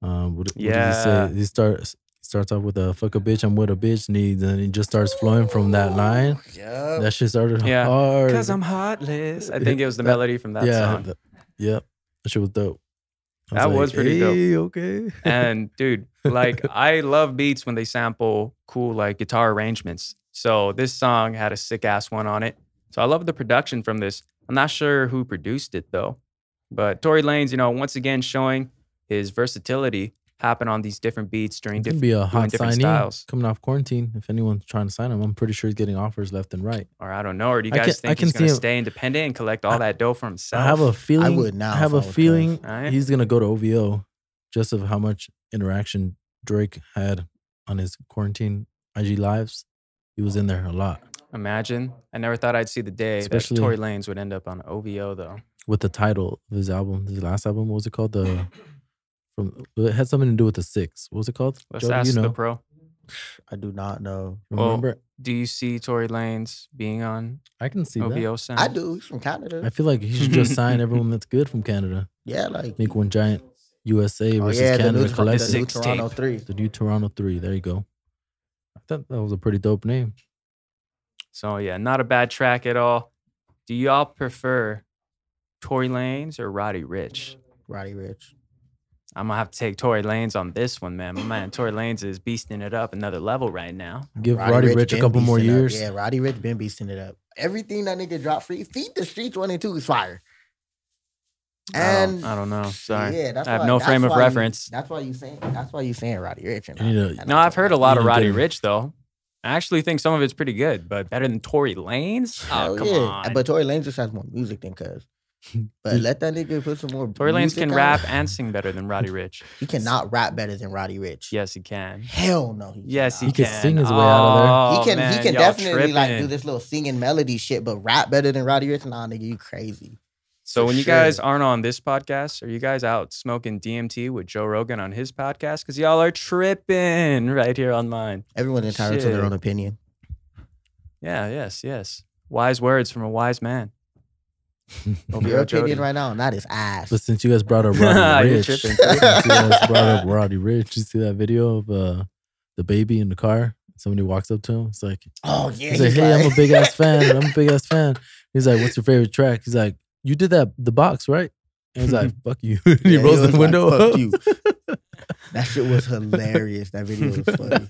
Speaker 2: um what, what
Speaker 1: Yeah.
Speaker 2: does he say? He starts starts off with a fuck a bitch, I'm what a bitch needs, and he just starts flowing from that
Speaker 3: (laughs)
Speaker 2: line.
Speaker 3: Yeah.
Speaker 2: That shit started
Speaker 1: Yeah.
Speaker 2: hard.
Speaker 1: Because I'm heartless.
Speaker 2: (laughs)
Speaker 1: I think it was the
Speaker 2: That-
Speaker 1: melody from that
Speaker 2: yeah,
Speaker 1: song.
Speaker 2: th- yep. That shit was dope. I
Speaker 1: That was pretty dope.
Speaker 2: "Hey, Okay.
Speaker 1: and dude,
Speaker 2: (laughs)
Speaker 1: like I love beats when they sample cool like guitar arrangements. So this song had a sick ass one on it. So I love the production from this. I'm not sure who produced it though, but Tory Lanez, you know, once again showing his versatility, hopping on these different beats during
Speaker 2: It
Speaker 1: different.
Speaker 2: could be a hot
Speaker 1: different
Speaker 2: signing
Speaker 1: styles.
Speaker 2: coming off quarantine. If anyone's trying to sign him, I'm pretty sure he's getting offers left and right.
Speaker 1: Or I don't know. Or do you
Speaker 2: I
Speaker 1: guys
Speaker 2: can- I
Speaker 1: think
Speaker 2: can
Speaker 1: he's gonna
Speaker 2: see him-
Speaker 1: stay independent and collect all
Speaker 2: I-
Speaker 1: that dough for himself?
Speaker 2: I have a feeling.
Speaker 3: would now
Speaker 2: I have
Speaker 3: if
Speaker 2: a
Speaker 3: I was Kanye.
Speaker 2: feeling
Speaker 1: Right?
Speaker 2: he's gonna go to OVO just of how much interaction Drake had on his quarantine IG lives. He was in there a lot
Speaker 1: Imagine. I never thought I'd see the day
Speaker 2: Especially-
Speaker 1: that Tory Lanez would end up on OVO though.
Speaker 2: with the title of his album, his last album. What was it called? The from it had something to do with the six. What was it called?
Speaker 1: Let's
Speaker 2: Joe, do
Speaker 1: ask
Speaker 2: you know?
Speaker 1: the pro.
Speaker 3: I do not know.
Speaker 1: Well,
Speaker 2: Remember?
Speaker 1: Do you see Tory Lanez being on
Speaker 2: I can see that.
Speaker 1: OVO sound?
Speaker 3: I do. He's from Canada.
Speaker 2: I feel like he should just
Speaker 1: (laughs)
Speaker 2: sign everyone that's good from Canada.
Speaker 3: yeah, like.
Speaker 2: Make one giant USA
Speaker 3: Oh,
Speaker 2: versus
Speaker 3: yeah, the
Speaker 2: Canada
Speaker 3: new, Tor-
Speaker 2: collective.
Speaker 3: the new
Speaker 1: Six
Speaker 3: Toronto
Speaker 1: tape.
Speaker 3: 3.
Speaker 2: The new Toronto Three. There you go. I thought that was a pretty dope name.
Speaker 1: So yeah, not a bad track at all. Do y'all prefer Tory Lanez or Roddy Rich?
Speaker 3: Roddy Rich.
Speaker 1: I'm gonna have to take Tory Lanez on this one, man. My man Tory Lanez is beasting it up another level right now.
Speaker 2: Give Roddy, Rich, a
Speaker 3: been
Speaker 2: couple more
Speaker 3: beasting up.
Speaker 2: years.
Speaker 3: Yeah, Roddy Rich been beasting it up. Everything that nigga dropped free, feed the streets one and two is fire.
Speaker 1: I,
Speaker 3: And
Speaker 1: don't, I don't know. Sorry.
Speaker 3: yeah, that's
Speaker 1: I have
Speaker 3: why-
Speaker 1: no
Speaker 3: that's
Speaker 1: frame of
Speaker 3: why
Speaker 1: reference.
Speaker 3: You, that's why you saying. That's why you saying Roddy Rich. And
Speaker 2: You
Speaker 3: not-
Speaker 2: know,
Speaker 3: and not
Speaker 1: No, I've heard a
Speaker 3: Tory
Speaker 1: lot of
Speaker 2: You
Speaker 1: Roddy
Speaker 2: didn't.
Speaker 1: Rich though. I actually think some of it's pretty good, but better than Tory Lanez.
Speaker 3: Lanez.
Speaker 1: Oh
Speaker 3: Hell
Speaker 1: come
Speaker 3: yeah.
Speaker 1: on.
Speaker 3: But Tory Lanez just has more music than
Speaker 1: (laughs)
Speaker 3: Cuz. But let that nigga put some more.
Speaker 1: Tory Lanez
Speaker 3: music
Speaker 1: can
Speaker 3: out.
Speaker 1: rap and sing better than Roddy Rich.
Speaker 3: He cannot rap better than Roddy Rich.
Speaker 1: Yes, he can.
Speaker 3: Hell no. He
Speaker 1: Yes, he,
Speaker 3: cannot.
Speaker 2: He can
Speaker 1: can.
Speaker 2: sing his way out
Speaker 1: Oh,
Speaker 3: He can he
Speaker 1: man,
Speaker 3: can
Speaker 1: y'all
Speaker 3: definitely like do
Speaker 1: tripping.
Speaker 3: this little singing melody shit, but rap better than Roddy Rich. Nah, nigga, you crazy.
Speaker 1: So
Speaker 3: For
Speaker 1: when you guys
Speaker 3: sure.
Speaker 1: aren't on this podcast, are you guys out smoking DMT with Joe Rogan on his podcast? Because y'all are tripping (laughs) right here on mine.
Speaker 3: Everyone's entitled to their
Speaker 1: Shit. (laughs)
Speaker 3: own opinion.
Speaker 1: Yeah, yes, yes. Wise words from a wise
Speaker 2: (laughs)
Speaker 1: man. Over
Speaker 3: Your
Speaker 1: at Joe
Speaker 3: opinion
Speaker 1: Rogan.
Speaker 3: right now, not his ass.
Speaker 2: But since you guys brought
Speaker 3: (laughs)
Speaker 2: up Roddy
Speaker 1: You're
Speaker 2: Rich, since
Speaker 1: tripping.
Speaker 2: you guys brought up Roddy Rich, you see that video of uh, the baby in the car? Somebody walks up to him. It's like,
Speaker 3: Oh yeah,
Speaker 2: he's like,
Speaker 3: he's
Speaker 2: hey, I'm a
Speaker 3: like- (laughs)
Speaker 2: big ass fan. I'm a big ass fan. He's like, what's your favorite track? He's like, you did that, the box, right? And he's
Speaker 3: (laughs)
Speaker 2: like, fuck you. (laughs) And he
Speaker 3: Yeah, he
Speaker 2: rolls
Speaker 3: was
Speaker 2: the
Speaker 3: like,
Speaker 2: window
Speaker 3: "Fuck
Speaker 1: (laughs)
Speaker 2: up.
Speaker 3: you." That shit was hilarious. That video was
Speaker 1: (laughs)
Speaker 3: funny.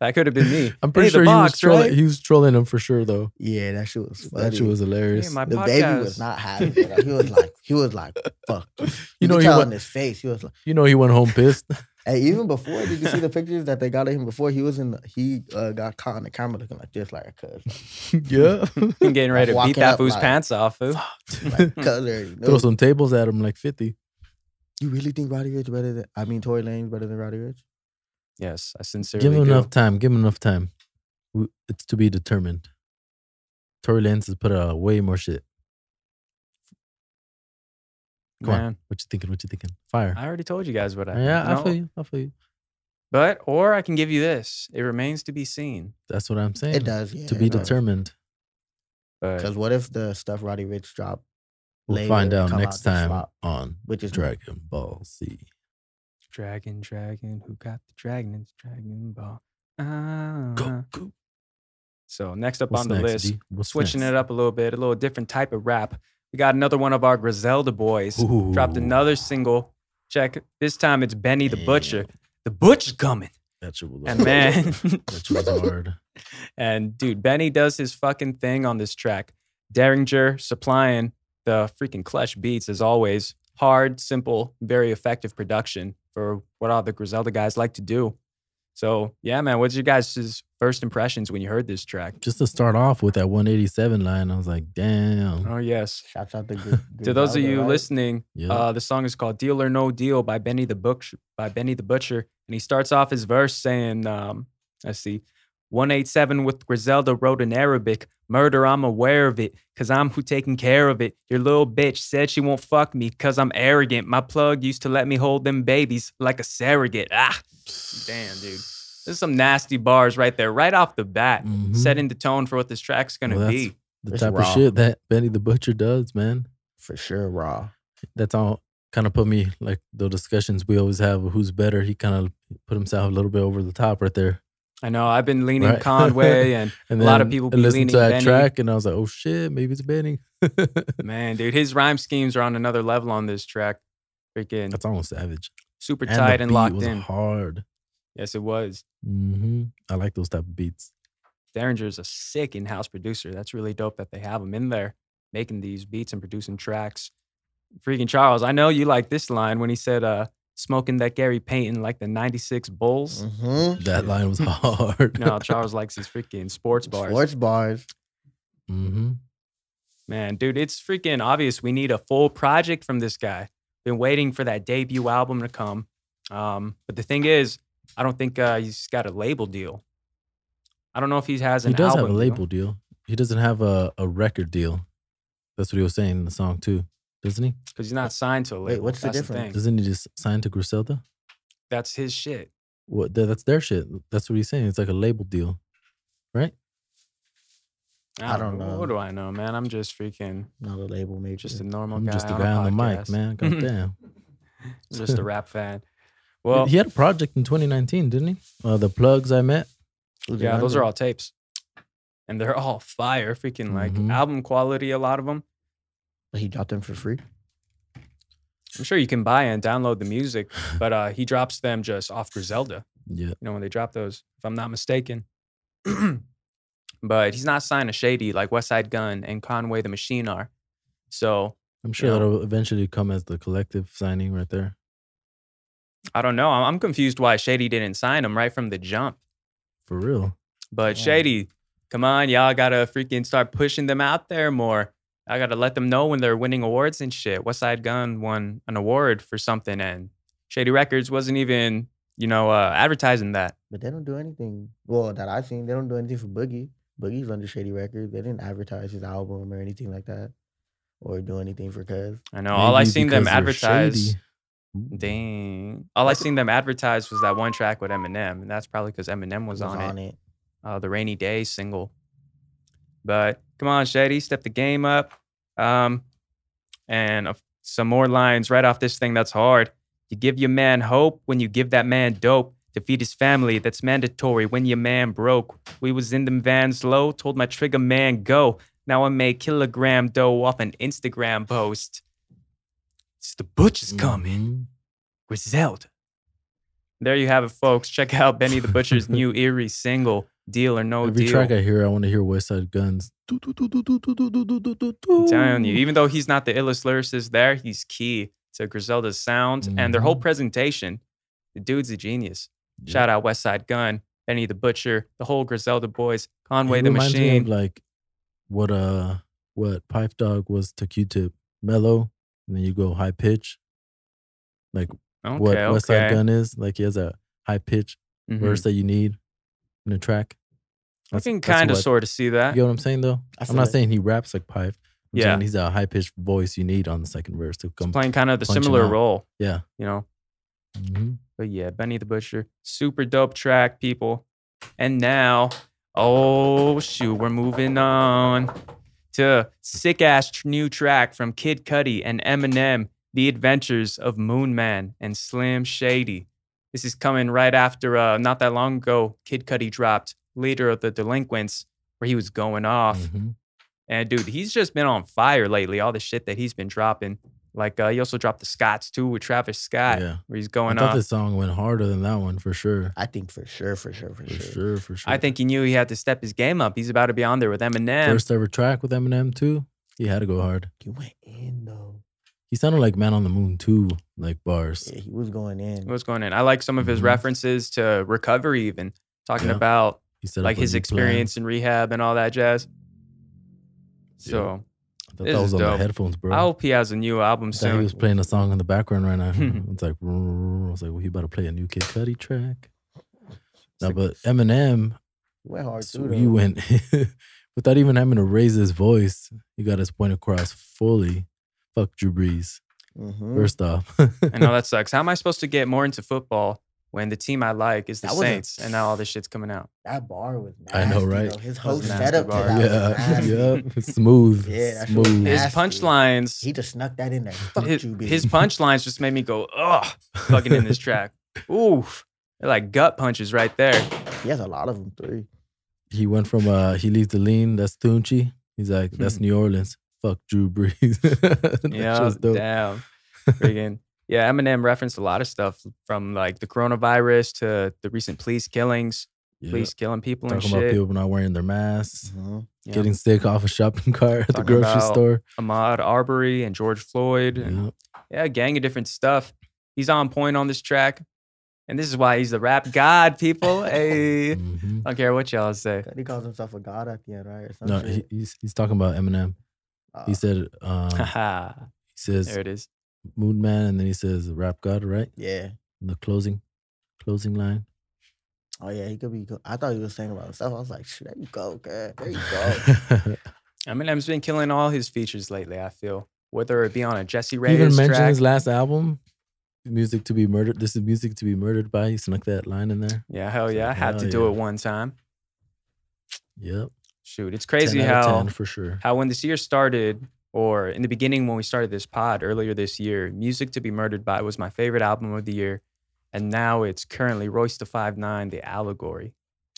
Speaker 1: That could have been me.
Speaker 2: I'm pretty
Speaker 1: Hey,
Speaker 2: sure
Speaker 1: the
Speaker 2: he, was
Speaker 1: box,
Speaker 2: trolling,
Speaker 1: right?
Speaker 2: he was trolling him for sure, though.
Speaker 3: Yeah, that shit was funny.
Speaker 2: That shit was hilarious.
Speaker 1: Hey, my
Speaker 3: the
Speaker 1: podcast.
Speaker 3: baby
Speaker 1: (laughs)
Speaker 3: was not happy. with that. He was like, he was like,
Speaker 2: (laughs)
Speaker 3: fuck. You,
Speaker 2: you know,
Speaker 3: could
Speaker 2: he
Speaker 3: tell in
Speaker 2: went,
Speaker 3: his face. He was like,
Speaker 2: you know, he went home
Speaker 3: (laughs)
Speaker 2: pissed.
Speaker 3: hey, even before, did you see the pictures that they got of him before? He was in. The, he uh, got caught in the camera looking like this, like a cuz.
Speaker 2: yeah.
Speaker 1: I'm getting ready to
Speaker 3: Walking
Speaker 1: beat that
Speaker 3: up
Speaker 1: fool's
Speaker 3: like-
Speaker 1: pants off. Fool.
Speaker 2: (laughs)
Speaker 3: Like, cuz
Speaker 2: (laughs)
Speaker 3: already
Speaker 2: Throw
Speaker 3: know.
Speaker 2: some tables at him like 50.
Speaker 3: You really think Roddy Rich better than? I mean, Tory Lane's better than Roddy Rich?
Speaker 1: Yes, I sincerely
Speaker 2: give him
Speaker 1: do.
Speaker 2: enough time. Give him enough time. W- It's to be determined. Tory Lanez has put out way more shit. Come on.
Speaker 1: Man,
Speaker 2: What you thinking? What you thinking? Fire.
Speaker 1: I already told you guys what I.
Speaker 2: yeah,
Speaker 1: you know,
Speaker 2: I feel you. I feel you.
Speaker 1: But or I can give you this. It remains to be seen.
Speaker 2: That's what I'm saying.
Speaker 3: It does. Yeah,
Speaker 2: To be determined.
Speaker 1: But
Speaker 3: Because what if the stuff Roddy Rich dropped,
Speaker 2: We'll
Speaker 3: Later,
Speaker 2: find out
Speaker 3: come
Speaker 2: next
Speaker 3: out and
Speaker 2: time
Speaker 3: flop.
Speaker 2: on
Speaker 3: which is
Speaker 2: Dragon Ball Z.
Speaker 1: dragon, dragon, who got the dragon? It's Dragon Ball. Ah.
Speaker 2: Go, go.
Speaker 1: So next up
Speaker 2: What's
Speaker 1: on the
Speaker 2: next,
Speaker 1: list,
Speaker 2: D? What's
Speaker 1: switching
Speaker 2: next?
Speaker 1: it up a little bit, a little different type of rap. We got another one of our Griselda boys dropped
Speaker 2: Ooh,
Speaker 1: another single. Check this time it's Benny the Butcher.
Speaker 2: damn.
Speaker 1: The Butcher
Speaker 2: (laughs)
Speaker 1: coming.
Speaker 2: That shit was
Speaker 1: And
Speaker 2: hard.
Speaker 1: man, (laughs)
Speaker 2: that shit was hard.
Speaker 1: and dude, Benny does his fucking thing on this track. Derringer supplying the freaking clutch beats as always. Hard, simple, very effective production for what all the Griselda guys like to do. So yeah, man, what's your guys' first impressions when you heard this track?
Speaker 2: Just to start off with that 187 line, I was like, damn.
Speaker 1: Oh yes.
Speaker 3: Shouts
Speaker 2: (laughs)
Speaker 3: out the good.
Speaker 1: To those of you listening,
Speaker 2: Yeah.
Speaker 1: Uh, the song is called "Deal or No Deal" by Benny the Butcher. By Benny the Butcher, and he starts off his verse saying, um, "Let's see, one eight seven with Griselda wrote in Arabic. Murder, I'm aware of it, cause I'm who taking care of it. Your little bitch said she won't fuck me, cause I'm arrogant. My plug used to let me hold them babies like a surrogate. Ah, damn, dude." There's some nasty bars right there, right off the bat,
Speaker 2: Mhm.
Speaker 1: setting the tone for what this track's gonna
Speaker 2: Well, that's-
Speaker 1: be.
Speaker 2: the
Speaker 3: It's
Speaker 2: type
Speaker 3: raw.
Speaker 2: of shit that Benny the Butcher does, man.
Speaker 3: for sure, raw.
Speaker 2: That's all kind of put me like the discussions we always have of who's better. He kind of put himself a little bit over the top right there.
Speaker 1: I know I've been leaning
Speaker 2: Right. (laughs)
Speaker 1: Conway and
Speaker 2: And
Speaker 1: A lot of
Speaker 2: then
Speaker 1: people be
Speaker 2: I listened
Speaker 1: leaning
Speaker 2: to that
Speaker 1: Benny.
Speaker 2: track, and I was like, "Oh shit, maybe it's Benny." (laughs) That's
Speaker 1: Man, dude, his rhyme schemes are on another level on this track. Freaking
Speaker 2: almost savage.
Speaker 1: super
Speaker 2: the
Speaker 1: tight and
Speaker 2: beat
Speaker 1: locked
Speaker 2: was
Speaker 1: in.
Speaker 2: Hard.
Speaker 1: Yes, it was.
Speaker 2: hmm I like those type of beats.
Speaker 1: Derringer is a sick in-house producer. That's really dope that they have him in there making these beats and producing tracks. Freaking Charles, I know you like this line when he said, uh, smoking that Gary Payton like the 96 Bulls.
Speaker 2: Mm.
Speaker 3: Mm-hmm.
Speaker 2: That line
Speaker 1: (laughs)
Speaker 2: was hard. (laughs)
Speaker 1: No, Charles likes his freaking sports bars.
Speaker 3: Sports bars.
Speaker 2: hmm
Speaker 1: Man, dude, it's freaking obvious. We need a full project from this guy. Been waiting for that debut album to come. Um, but the thing is, I don't think uh, he's got a label deal. I don't know if he has an
Speaker 2: He does
Speaker 1: album
Speaker 2: have a
Speaker 1: deal.
Speaker 2: label deal. He doesn't have a, a record deal. That's what he was saying in the song too, doesn't he?
Speaker 1: because he's not signed to a label.
Speaker 3: Wait, what's the
Speaker 1: That's
Speaker 3: difference?
Speaker 1: thing.
Speaker 2: Doesn't he just sign to Griselda?
Speaker 1: That's his shit.
Speaker 2: What? That, that's their shit. That's what he's saying. It's like a label deal, right?
Speaker 1: I
Speaker 3: I
Speaker 1: don't,
Speaker 3: don't
Speaker 1: know.
Speaker 3: know.
Speaker 1: What do I know, man? I'm just freaking
Speaker 3: Not a label maker.
Speaker 1: just a normal
Speaker 2: I'm
Speaker 1: guy.
Speaker 2: just a
Speaker 1: on
Speaker 2: guy on the mic,
Speaker 1: podcast. (laughs)
Speaker 2: man. God damn.
Speaker 1: just a
Speaker 2: (laughs)
Speaker 1: rap fan. Well,
Speaker 2: he had a project in 2019, didn't he? Uh, the plugs I met.
Speaker 3: Who's
Speaker 1: Yeah, those are
Speaker 3: another?
Speaker 1: all tapes. And they're all fire, freaking like
Speaker 2: Mhm.
Speaker 1: album quality, a lot of them.
Speaker 3: But he dropped them for free.
Speaker 1: I'm sure you can buy and download the music, but uh, he drops them just off Griselda.
Speaker 2: Yeah.
Speaker 1: You know when they drop those, if I'm not mistaken. (clears throat) but he's not signed to Shady like Westside Gun and Conway the Machine are. So
Speaker 2: I'm sure
Speaker 1: Yeah.
Speaker 2: that'll eventually come as the collective signing right there.
Speaker 1: I don't know. I'm I'm confused why Shady didn't sign him right from the jump.
Speaker 2: For real.
Speaker 1: But
Speaker 3: Yeah.
Speaker 1: Shady, come on, y'all gotta freaking start pushing them out there more. I gotta let them know when they're winning awards and shit. Westside Gun won an award for something, and Shady Records wasn't even, you know, uh, advertising that.
Speaker 3: But they don't do anything. Well, that I've seen, they don't do anything for Boogie. Boogie's under Shady Records. They didn't advertise his album or anything like that, or do anything for Cuz.
Speaker 1: I know. all I
Speaker 2: Maybe
Speaker 1: seen them
Speaker 2: because they're
Speaker 1: advertise.
Speaker 2: shady. Ooh.
Speaker 1: Dang. All I seen them advertise was that one track with Eminem, and that's probably because Eminem was, on, it, Uh, the Rainy Day single. But come on, Shady, step the game up. Um, and a f- some more lines right off this thing that's hard. You give your man hope when you give that man dope. To feed his family, that's mandatory when your man broke. We was in them vans low, told my trigger man go. Now I made kilogram dough off an Instagram post. It's the butcher's coming.
Speaker 2: Mhm.
Speaker 1: Griselda. There you
Speaker 2: (laughs)
Speaker 1: have it, folks. Check out Benny the Butcher's new eerie single, Deal or No
Speaker 2: Every
Speaker 1: Deal.
Speaker 2: track I hear, I want to hear West Side Guns. Do, do, do, do, do, do, do, do, do, do, do.
Speaker 1: I'm telling you, even though he's not the illest lyricist there, he's key to Griselda's sound and their whole
Speaker 2: Mhm.
Speaker 1: presentation. The dude's a genius.
Speaker 2: Yeah.
Speaker 1: Shout out West Side Gun, Benny the Butcher, the whole Griselda boys, Conway
Speaker 2: It
Speaker 1: the
Speaker 2: reminds me of,
Speaker 1: Machine.
Speaker 2: like what uh what Pipe Dog was to Q-Tip, mellow, and then you go high pitch.
Speaker 1: okay,
Speaker 2: what
Speaker 1: okay.
Speaker 2: West Side Gun is like, he has a high pitch
Speaker 1: Mhm.
Speaker 2: verse that you need in a track.
Speaker 1: I
Speaker 2: That's-
Speaker 1: can
Speaker 2: that's
Speaker 1: kind of
Speaker 2: what-
Speaker 1: sort of see that.
Speaker 2: You know what I'm saying though?
Speaker 3: I
Speaker 2: I'm
Speaker 3: feel
Speaker 2: not
Speaker 3: it.
Speaker 2: saying he raps like Pipe. I'm
Speaker 1: Yeah.
Speaker 2: saying he's a high pitched voice you need on the second verse to come.
Speaker 1: Playing kind of the
Speaker 2: punching
Speaker 1: similar
Speaker 2: out.
Speaker 1: role,
Speaker 2: Yeah,
Speaker 1: you know.
Speaker 2: hmm
Speaker 1: But yeah, Benny the Butcher, super dope track, people. And now, oh shoot, we're moving on to sick ass tr- new track from Kid Cudi and Eminem, The Adventures of Moon Man and Slim Shady. This is coming right after uh, not that long ago, Kid Cudi dropped Leader of the Delinquents, where he was going off.
Speaker 2: Mhm.
Speaker 1: And dude, he's just been on fire lately. All the shit that he's been dropping. Like uh, he also dropped the Scots too with Travis Scott,
Speaker 2: Yeah.
Speaker 1: where he's
Speaker 2: I
Speaker 1: going
Speaker 2: thought
Speaker 1: off.
Speaker 2: this song went harder than that one for sure.
Speaker 3: I think for sure, for sure, for,
Speaker 2: For
Speaker 3: sure.
Speaker 2: sure, for sure.
Speaker 1: I think he knew he had to step his game up. He's about to be on there with Eminem.
Speaker 2: first ever track with Eminem too. He had to go hard.
Speaker 3: He went in though.
Speaker 2: He sounded like Man on the Moon too, like bars.
Speaker 3: Yeah, he was going in.
Speaker 1: What's going on? I like some of his
Speaker 3: Mm-hmm.
Speaker 2: Mhm.
Speaker 1: references to recovery, even talking
Speaker 2: Yeah.
Speaker 1: about
Speaker 2: He said
Speaker 1: like his experience in rehab and all that jazz. So
Speaker 2: I thought
Speaker 1: This
Speaker 2: that
Speaker 1: is
Speaker 2: was on
Speaker 1: dope.
Speaker 2: the headphones, bro.
Speaker 1: I hope he has a new album
Speaker 2: I thought he
Speaker 1: soon.
Speaker 2: was playing a song in the background
Speaker 1: (laughs)
Speaker 2: right now. it's like "Rrrr." I was like, well, he about to play a new Kid Cudi track. No, but Eminem,
Speaker 3: He went hard
Speaker 2: So
Speaker 3: too.
Speaker 2: he
Speaker 3: though.
Speaker 2: went (laughs) without even having to raise his voice. He got his point across fully. Fuck Drew Brees.
Speaker 3: Mhm.
Speaker 2: First off,
Speaker 1: I
Speaker 3: (laughs)
Speaker 1: know that sucks. How am I supposed to get more into football when the team I like is the
Speaker 3: That was a-
Speaker 1: Saints and now all this shit's coming out?
Speaker 3: That bar was nasty.
Speaker 2: I know, right?
Speaker 3: Though. His whole
Speaker 1: was a nasty
Speaker 3: setup to
Speaker 1: bar.
Speaker 3: that
Speaker 2: (laughs)
Speaker 3: was
Speaker 2: yeah, (laughs)
Speaker 3: nasty.
Speaker 2: yeah, smooth,
Speaker 3: Yeah, that shit was
Speaker 2: smooth.
Speaker 1: His
Speaker 3: Nasty.
Speaker 1: punchlines,
Speaker 3: He just snuck that in there. Fuck
Speaker 1: his,
Speaker 3: you, bitch.
Speaker 1: his punchlines just made me go, oh, fucking in this
Speaker 3: (laughs)
Speaker 1: track. Oof. They're like gut punches right there.
Speaker 3: he has a lot of them. Three.
Speaker 2: he went from uh, he leaves the lean. That's Tunchi. He's like, that's New Orleans. Fuck Drew Brees. (laughs) That shit
Speaker 1: Hmm. Yeah,
Speaker 2: was dope. (laughs)
Speaker 1: damn. Friggin'. Yeah, Eminem referenced a lot of stuff from like the coronavirus to the recent police killings,
Speaker 2: Yeah.
Speaker 1: police killing people and
Speaker 2: Talking
Speaker 1: shit.
Speaker 2: about people not wearing their masks,
Speaker 3: Mhm.
Speaker 1: Yeah.
Speaker 2: getting sick off a shopping (laughs) cart at the
Speaker 1: Talking
Speaker 2: grocery
Speaker 1: about-
Speaker 2: store.
Speaker 1: Ahmad Arbery and George Floyd and
Speaker 2: Yeah.
Speaker 1: yeah, a gang of different stuff. He's on point on this track. And this is why he's the rap god,
Speaker 2: (laughs)
Speaker 1: people. Hey. I
Speaker 2: Mhm.
Speaker 1: don't care what y'all say.
Speaker 3: He calls himself a god at the end, right? Or some
Speaker 2: No,
Speaker 3: shit.
Speaker 2: he, he's, he's talking about Eminem.
Speaker 3: Uh,
Speaker 2: He said,
Speaker 1: (laughs)
Speaker 2: um, he
Speaker 1: Haha.
Speaker 2: says,
Speaker 1: Ah. there it is.
Speaker 2: Moon Man, and then he says Rap God, right?
Speaker 3: yeah.
Speaker 2: In the closing, closing line.
Speaker 3: Oh yeah, he could be. Good. I thought he was saying about himself. I was like, shit, there you go, girl. There you
Speaker 2: (laughs)
Speaker 3: go.
Speaker 1: Eminem's been killing all his features lately, I feel. Whether it be on a Jesse
Speaker 2: He even
Speaker 1: Reyes
Speaker 2: mentioned
Speaker 1: track.
Speaker 2: his last album, "Music to Be Murdered." This is music to be murdered by. He snuck that line in there.
Speaker 1: yeah, hell yeah. I had to
Speaker 2: Hell
Speaker 1: do
Speaker 2: yeah.
Speaker 1: it one time.
Speaker 2: Yep,
Speaker 1: Shoot, it's crazy
Speaker 2: 10 out of
Speaker 1: how
Speaker 2: 10 for sure.
Speaker 1: how when this year started, or in the beginning when we started this pod earlier this year, Music to Be Murdered By was my favorite album of the year. And now it's currently Royce the Five Nine, The Allegory.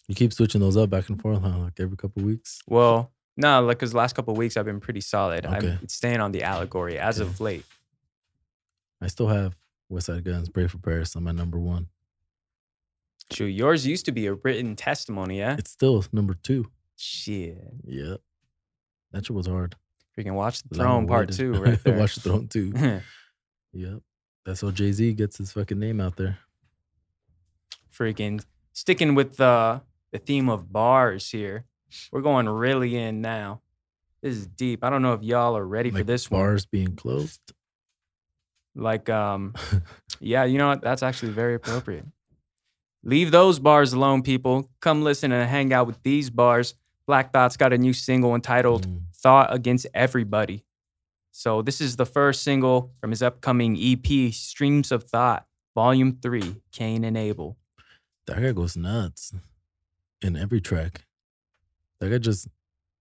Speaker 2: You keep switching those up back and forth, huh? Like every couple weeks.
Speaker 1: Well, no, like because the last couple of weeks I've been pretty solid.
Speaker 2: Okay.
Speaker 1: I'm staying on The Allegory as
Speaker 2: Okay.
Speaker 1: of late.
Speaker 2: I still have West Side Guns, "Pray for Paris" on my number one.
Speaker 1: Shoot, yours used to be a written testimony, yeah?
Speaker 2: It's still number two.
Speaker 1: Shit.
Speaker 2: Yep, that shit was hard.
Speaker 1: Freaking watch the throne
Speaker 2: Long
Speaker 1: part
Speaker 2: awaited. (laughs)
Speaker 1: two right there.
Speaker 2: Watch the
Speaker 1: (laughs)
Speaker 2: throne two. Yep, that's how Jay Z gets his fucking name out there.
Speaker 1: Freaking sticking with the the theme of bars here. We're going really in now. This is deep. I don't know if y'all are ready for
Speaker 2: Like
Speaker 1: this one.
Speaker 2: bars being closed.
Speaker 1: Like,
Speaker 2: (laughs)
Speaker 1: um, yeah, you know what? That's actually very appropriate. Leave those bars alone, people. Come listen and hang out with these bars. Black Thought's got a new single entitled
Speaker 2: Mm.
Speaker 1: Thought Against Everybody. So, this is the first single from his upcoming EP, Streams of Thought, Volume 3, Cain and Abel.
Speaker 2: that guy goes nuts in every track. That guy just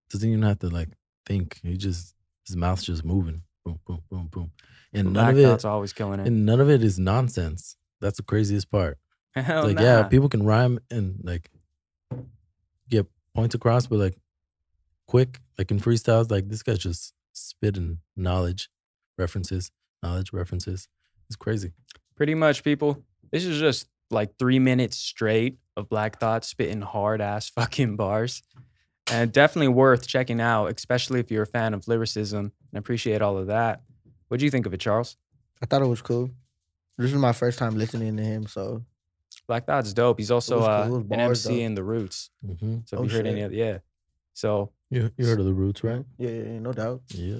Speaker 2: doesn't even have to like think. He just his mouth's just moving. Boom, boom, boom, boom. And
Speaker 1: Black
Speaker 2: none of
Speaker 1: Thought's
Speaker 2: it
Speaker 1: always killing it.
Speaker 2: and none of it is nonsense. That's the craziest part.
Speaker 1: (laughs) Hell
Speaker 2: like,
Speaker 1: Oh, nah.
Speaker 2: yeah, people can rhyme and like get points across, but like quick, like in freestyles, like this guy's just spitting knowledge, references, knowledge, references. It's crazy.
Speaker 1: Pretty much, people. This is just like three minutes straight of Black Thought spitting hard ass (laughs) fucking bars. And definitely worth checking out, especially if you're a fan of lyricism and appreciate all of that. What'd you think of it, Charles?
Speaker 3: I thought it was cool. This is my first time listening to him, so
Speaker 1: Black Thought's dope. He's also
Speaker 3: was
Speaker 1: uh,
Speaker 3: cool. It was
Speaker 1: an
Speaker 3: bars,
Speaker 1: MC
Speaker 3: though.
Speaker 1: in The Roots.
Speaker 2: Mm-hmm.
Speaker 1: So if
Speaker 3: Oh,
Speaker 1: you heard any
Speaker 3: shit.
Speaker 1: of yeah. So
Speaker 2: You, you heard of the roots, right?
Speaker 3: yeah, yeah, yeah, no doubt.
Speaker 2: Yeah.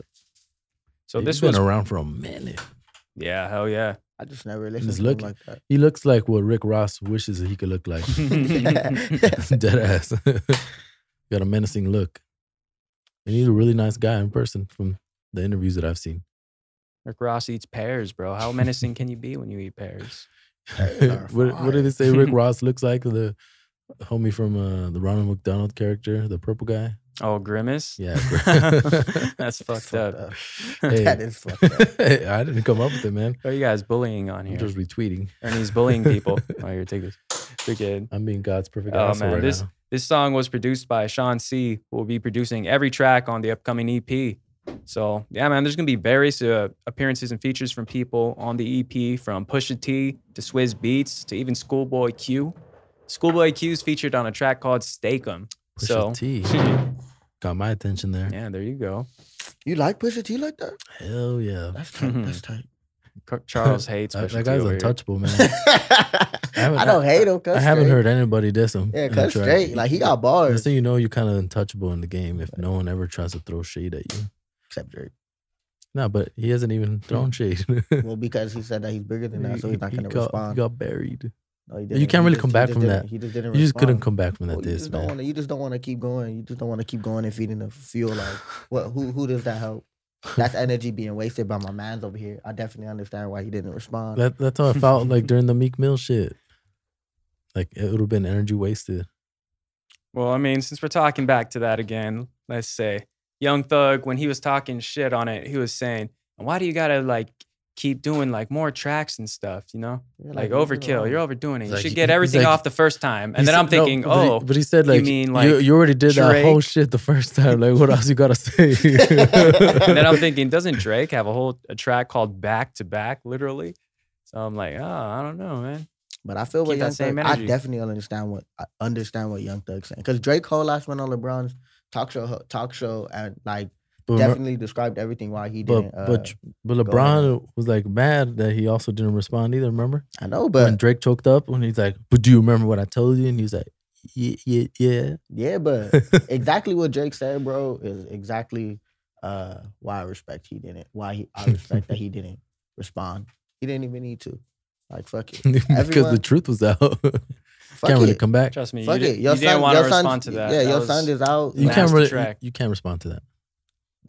Speaker 1: so
Speaker 2: He's
Speaker 1: this
Speaker 2: been
Speaker 1: was
Speaker 2: around for a minute.
Speaker 1: (laughs) yeah, hell
Speaker 3: (laughs)
Speaker 1: yeah.
Speaker 3: I just never listened
Speaker 2: Just
Speaker 3: to him
Speaker 2: look-
Speaker 3: like that.
Speaker 2: He looks like what Rick Ross wishes he could
Speaker 1: (laughs)
Speaker 2: look like. (laughs)
Speaker 3: (laughs)
Speaker 2: Dead ass. (laughs) Got a menacing look. And he's a really nice guy in person from the interviews that I've seen.
Speaker 1: Rick Ross eats pears, bro. How menacing can you be when you eat pears?
Speaker 3: are
Speaker 2: what, what
Speaker 3: fire.
Speaker 2: did it
Speaker 1: (laughs)
Speaker 2: say? Rick Ross looks like the homie from uh, the Ronald McDonald character, the purple guy.
Speaker 1: Oh, grimace.
Speaker 2: Yeah,
Speaker 3: (laughs)
Speaker 1: (laughs) that's
Speaker 3: That's
Speaker 1: fucked up. (laughs)
Speaker 2: (laughs) Hey.
Speaker 3: That is fucked up.
Speaker 2: I didn't come up with it, man.
Speaker 1: What are you guys bullying on
Speaker 2: I'm
Speaker 1: here?
Speaker 2: just retweeting.
Speaker 1: Ernie's bullying people. oh, here, take this. Good kid.
Speaker 2: (laughs) I'm being God's perfect
Speaker 1: Oh,
Speaker 2: asshole
Speaker 1: man,
Speaker 2: right
Speaker 1: this-
Speaker 2: now.
Speaker 1: This song was produced by Sean C, who will be producing every track on the upcoming EP. So, yeah, man, there's going to be various uh, appearances and features from people on the EP, from Pusha T to Swizz Beats to even Schoolboy Q. Schoolboy Q is featured on a track called Stake'em.
Speaker 2: Pusha
Speaker 1: So,
Speaker 2: T got my attention there.
Speaker 1: (laughs) yeah, there you go.
Speaker 3: You like Pusha T like that?
Speaker 2: Hell yeah.
Speaker 3: That's
Speaker 2: (laughs)
Speaker 3: tight. That's tight.
Speaker 1: Car- Charles hates
Speaker 2: That,
Speaker 1: Pusha
Speaker 2: that
Speaker 1: T
Speaker 2: guy's
Speaker 1: over here.
Speaker 2: untouchable,
Speaker 1: (laughs)
Speaker 2: man.
Speaker 3: (laughs)
Speaker 2: haven't-
Speaker 3: I don't hate him. Cause
Speaker 2: I haven't heard anybody diss him.
Speaker 3: Yeah,
Speaker 2: in a
Speaker 3: cut
Speaker 2: track.
Speaker 3: straight. Like he got bars.
Speaker 2: Next thing you know, you're kind of untouchable in the game if no one ever tries to throw shade at you.
Speaker 3: Except Drake.
Speaker 2: No, but he hasn't even
Speaker 1: Hmm.
Speaker 2: thrown shade. (laughs)
Speaker 3: Well, because he said that he's bigger than that, so he's not
Speaker 2: He
Speaker 3: gonna
Speaker 2: got,
Speaker 3: respond.
Speaker 2: He got buried.
Speaker 3: No, he
Speaker 2: can't
Speaker 3: He
Speaker 2: really
Speaker 3: just-
Speaker 2: come
Speaker 3: he
Speaker 2: back
Speaker 3: just
Speaker 2: from
Speaker 3: didn't-
Speaker 2: that.
Speaker 3: He just didn't.
Speaker 2: You just couldn't
Speaker 3: respond.
Speaker 2: come back from that
Speaker 3: Well, Oh, you
Speaker 2: diss,
Speaker 3: just
Speaker 2: man.
Speaker 3: Don't wanna, you just don't want to keep going. You just don't want to keep going and feeding the fuel. Like, what? Who? Who does that help?
Speaker 1: (laughs)
Speaker 3: That's energy being wasted by my man's over here. I definitely understand why he didn't respond.
Speaker 2: That, that's how I felt like during the Meek Mill shit. Like it would have been energy wasted.
Speaker 1: Well, I mean, since we're talking back to that again, let's say Young Thug, when he was talking shit on it, he was saying, why do you gotta like keep doing like more tracks and stuff, you know?
Speaker 3: You're
Speaker 1: Like,
Speaker 3: leave it
Speaker 1: overkill,
Speaker 3: alone.
Speaker 1: you're overdoing it. You
Speaker 2: Like,
Speaker 1: should
Speaker 2: he-
Speaker 1: get
Speaker 2: he's
Speaker 1: everything
Speaker 2: like-
Speaker 1: off the first time.
Speaker 2: He
Speaker 1: And then
Speaker 2: said-
Speaker 1: I'm
Speaker 2: no,
Speaker 1: thinking,
Speaker 2: but he-
Speaker 1: oh,
Speaker 2: but he said
Speaker 1: you
Speaker 2: like,
Speaker 1: mean,
Speaker 2: you-
Speaker 1: like,
Speaker 2: you, already did that
Speaker 1: charade?
Speaker 2: whole shit the first time. Like what else you
Speaker 1: (laughs)
Speaker 2: gotta say?
Speaker 1: and
Speaker 2: (laughs)
Speaker 1: then I'm
Speaker 3: And
Speaker 1: thinking, doesn't Drake have a whole a track called Back to Back, literally? So I'm like, oh, I don't know, man.
Speaker 3: But I feel what
Speaker 1: Keep that
Speaker 3: Young
Speaker 1: same
Speaker 3: Thug.
Speaker 1: energy.
Speaker 3: I definitely understand what I understand what Young Thug's saying because Drake whole ass went on LeBron's talk show talk show and like
Speaker 2: But, remember-
Speaker 3: definitely described everything why he
Speaker 2: but
Speaker 3: didn't. uh,
Speaker 2: but but
Speaker 3: go
Speaker 2: LeBron was like mad that he also didn't respond either. Remember
Speaker 3: uh, I know,
Speaker 2: when
Speaker 3: but
Speaker 2: Drake choked up when he's like, "But do you remember what I told you?" And he's like, "Yeah, yeah, yeah." (laughs)
Speaker 3: yeah, but
Speaker 1: (laughs)
Speaker 3: exactly what Drake said, bro, is exactly uh, why I respect he didn't. Why he, I respect
Speaker 2: (laughs)
Speaker 3: that he didn't respond. He didn't even need to. Like fuck it,
Speaker 2: because the
Speaker 3: Everyone-
Speaker 2: truth was out. (laughs)
Speaker 3: fuck
Speaker 2: can't really
Speaker 3: it,
Speaker 2: come back.
Speaker 1: Trust me, you,
Speaker 3: fuck
Speaker 1: di-
Speaker 3: it.
Speaker 1: you didn't want to respond to that.
Speaker 3: Yeah,
Speaker 1: That
Speaker 3: your
Speaker 1: was-
Speaker 3: son is out.
Speaker 2: You
Speaker 1: Last
Speaker 2: can't really. You,
Speaker 1: track.
Speaker 2: you can't respond to that.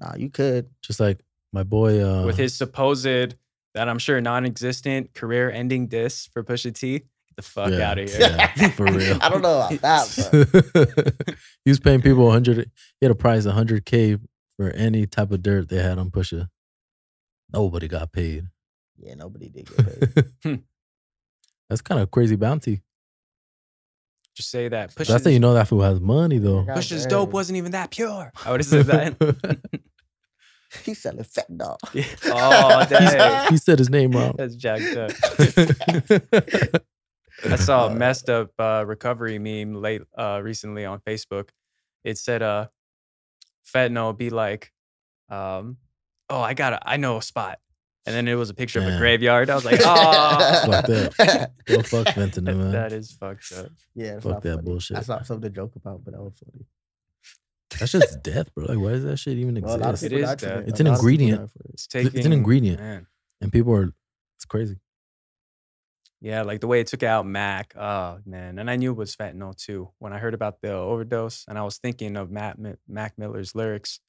Speaker 3: Nah, you could.
Speaker 2: Just like my boy uh, (laughs)
Speaker 1: with his supposed that I'm sure non-existent career-ending diss for Pusha T. Get the fuck
Speaker 2: Yeah,
Speaker 1: out of here.
Speaker 2: yeah,
Speaker 1: (laughs)
Speaker 2: for real.
Speaker 3: I don't know about that, but
Speaker 2: he was paying people 100. He had a prize 100k for any type of dirt they had on Pusha. Nobody got paid.
Speaker 3: yeah, nobody did get paid.
Speaker 1: Hmm.
Speaker 2: That's kind of crazy bounty.
Speaker 1: Just say that. Pusha's,
Speaker 2: That's how you
Speaker 3: (laughs)
Speaker 2: know that fool has money though.
Speaker 1: (laughs)
Speaker 3: Yeah.
Speaker 1: Pusha's
Speaker 3: Goddamn.
Speaker 1: dope wasn't even that pure. I would have said
Speaker 2: (laughs)
Speaker 1: that.
Speaker 3: He's selling fat dog.
Speaker 1: Yeah.
Speaker 3: (laughs)
Speaker 1: Oh, dang.
Speaker 2: he said his
Speaker 1: (laughs)
Speaker 2: name wrong. (laughs)
Speaker 1: That's jacked up.
Speaker 2: I (laughs)
Speaker 1: I saw a
Speaker 3: Uh,
Speaker 1: messed up uh, recovery meme late uh, recently on Facebook. It said, uh, "Fentanyl be like, um, oh, I got, to I know a spot," and then it was a picture of a
Speaker 2: Damn.
Speaker 1: graveyard. I was
Speaker 3: (laughs)
Speaker 1: like, "Oh,
Speaker 2: Fuck that. Go fuck Fentanyl,
Speaker 1: (laughs)
Speaker 2: man.
Speaker 1: that is fucked up."
Speaker 3: yeah, that's
Speaker 2: Fuck
Speaker 3: not
Speaker 2: that
Speaker 3: funny.
Speaker 2: bullshit.
Speaker 3: That's not something to joke about, but that was funny.
Speaker 2: That shit's death, bro. Like, why does that shit even
Speaker 3: Well, a lot
Speaker 2: exist?
Speaker 3: of
Speaker 1: It
Speaker 3: people
Speaker 1: is
Speaker 3: die from
Speaker 1: that.
Speaker 3: it.
Speaker 2: It's
Speaker 3: A
Speaker 2: an
Speaker 3: lot of people
Speaker 2: ingredient.
Speaker 3: die from it.
Speaker 1: It's
Speaker 2: It's-
Speaker 1: taking
Speaker 2: it's an ingredient.
Speaker 1: man.
Speaker 2: And people are, it's crazy.
Speaker 1: Yeah, like the way it took out Mac. Oh man, and I knew it was fentanyl too when I heard about the overdose, and I was thinking of Matt Mi- Mac Miller's lyrics,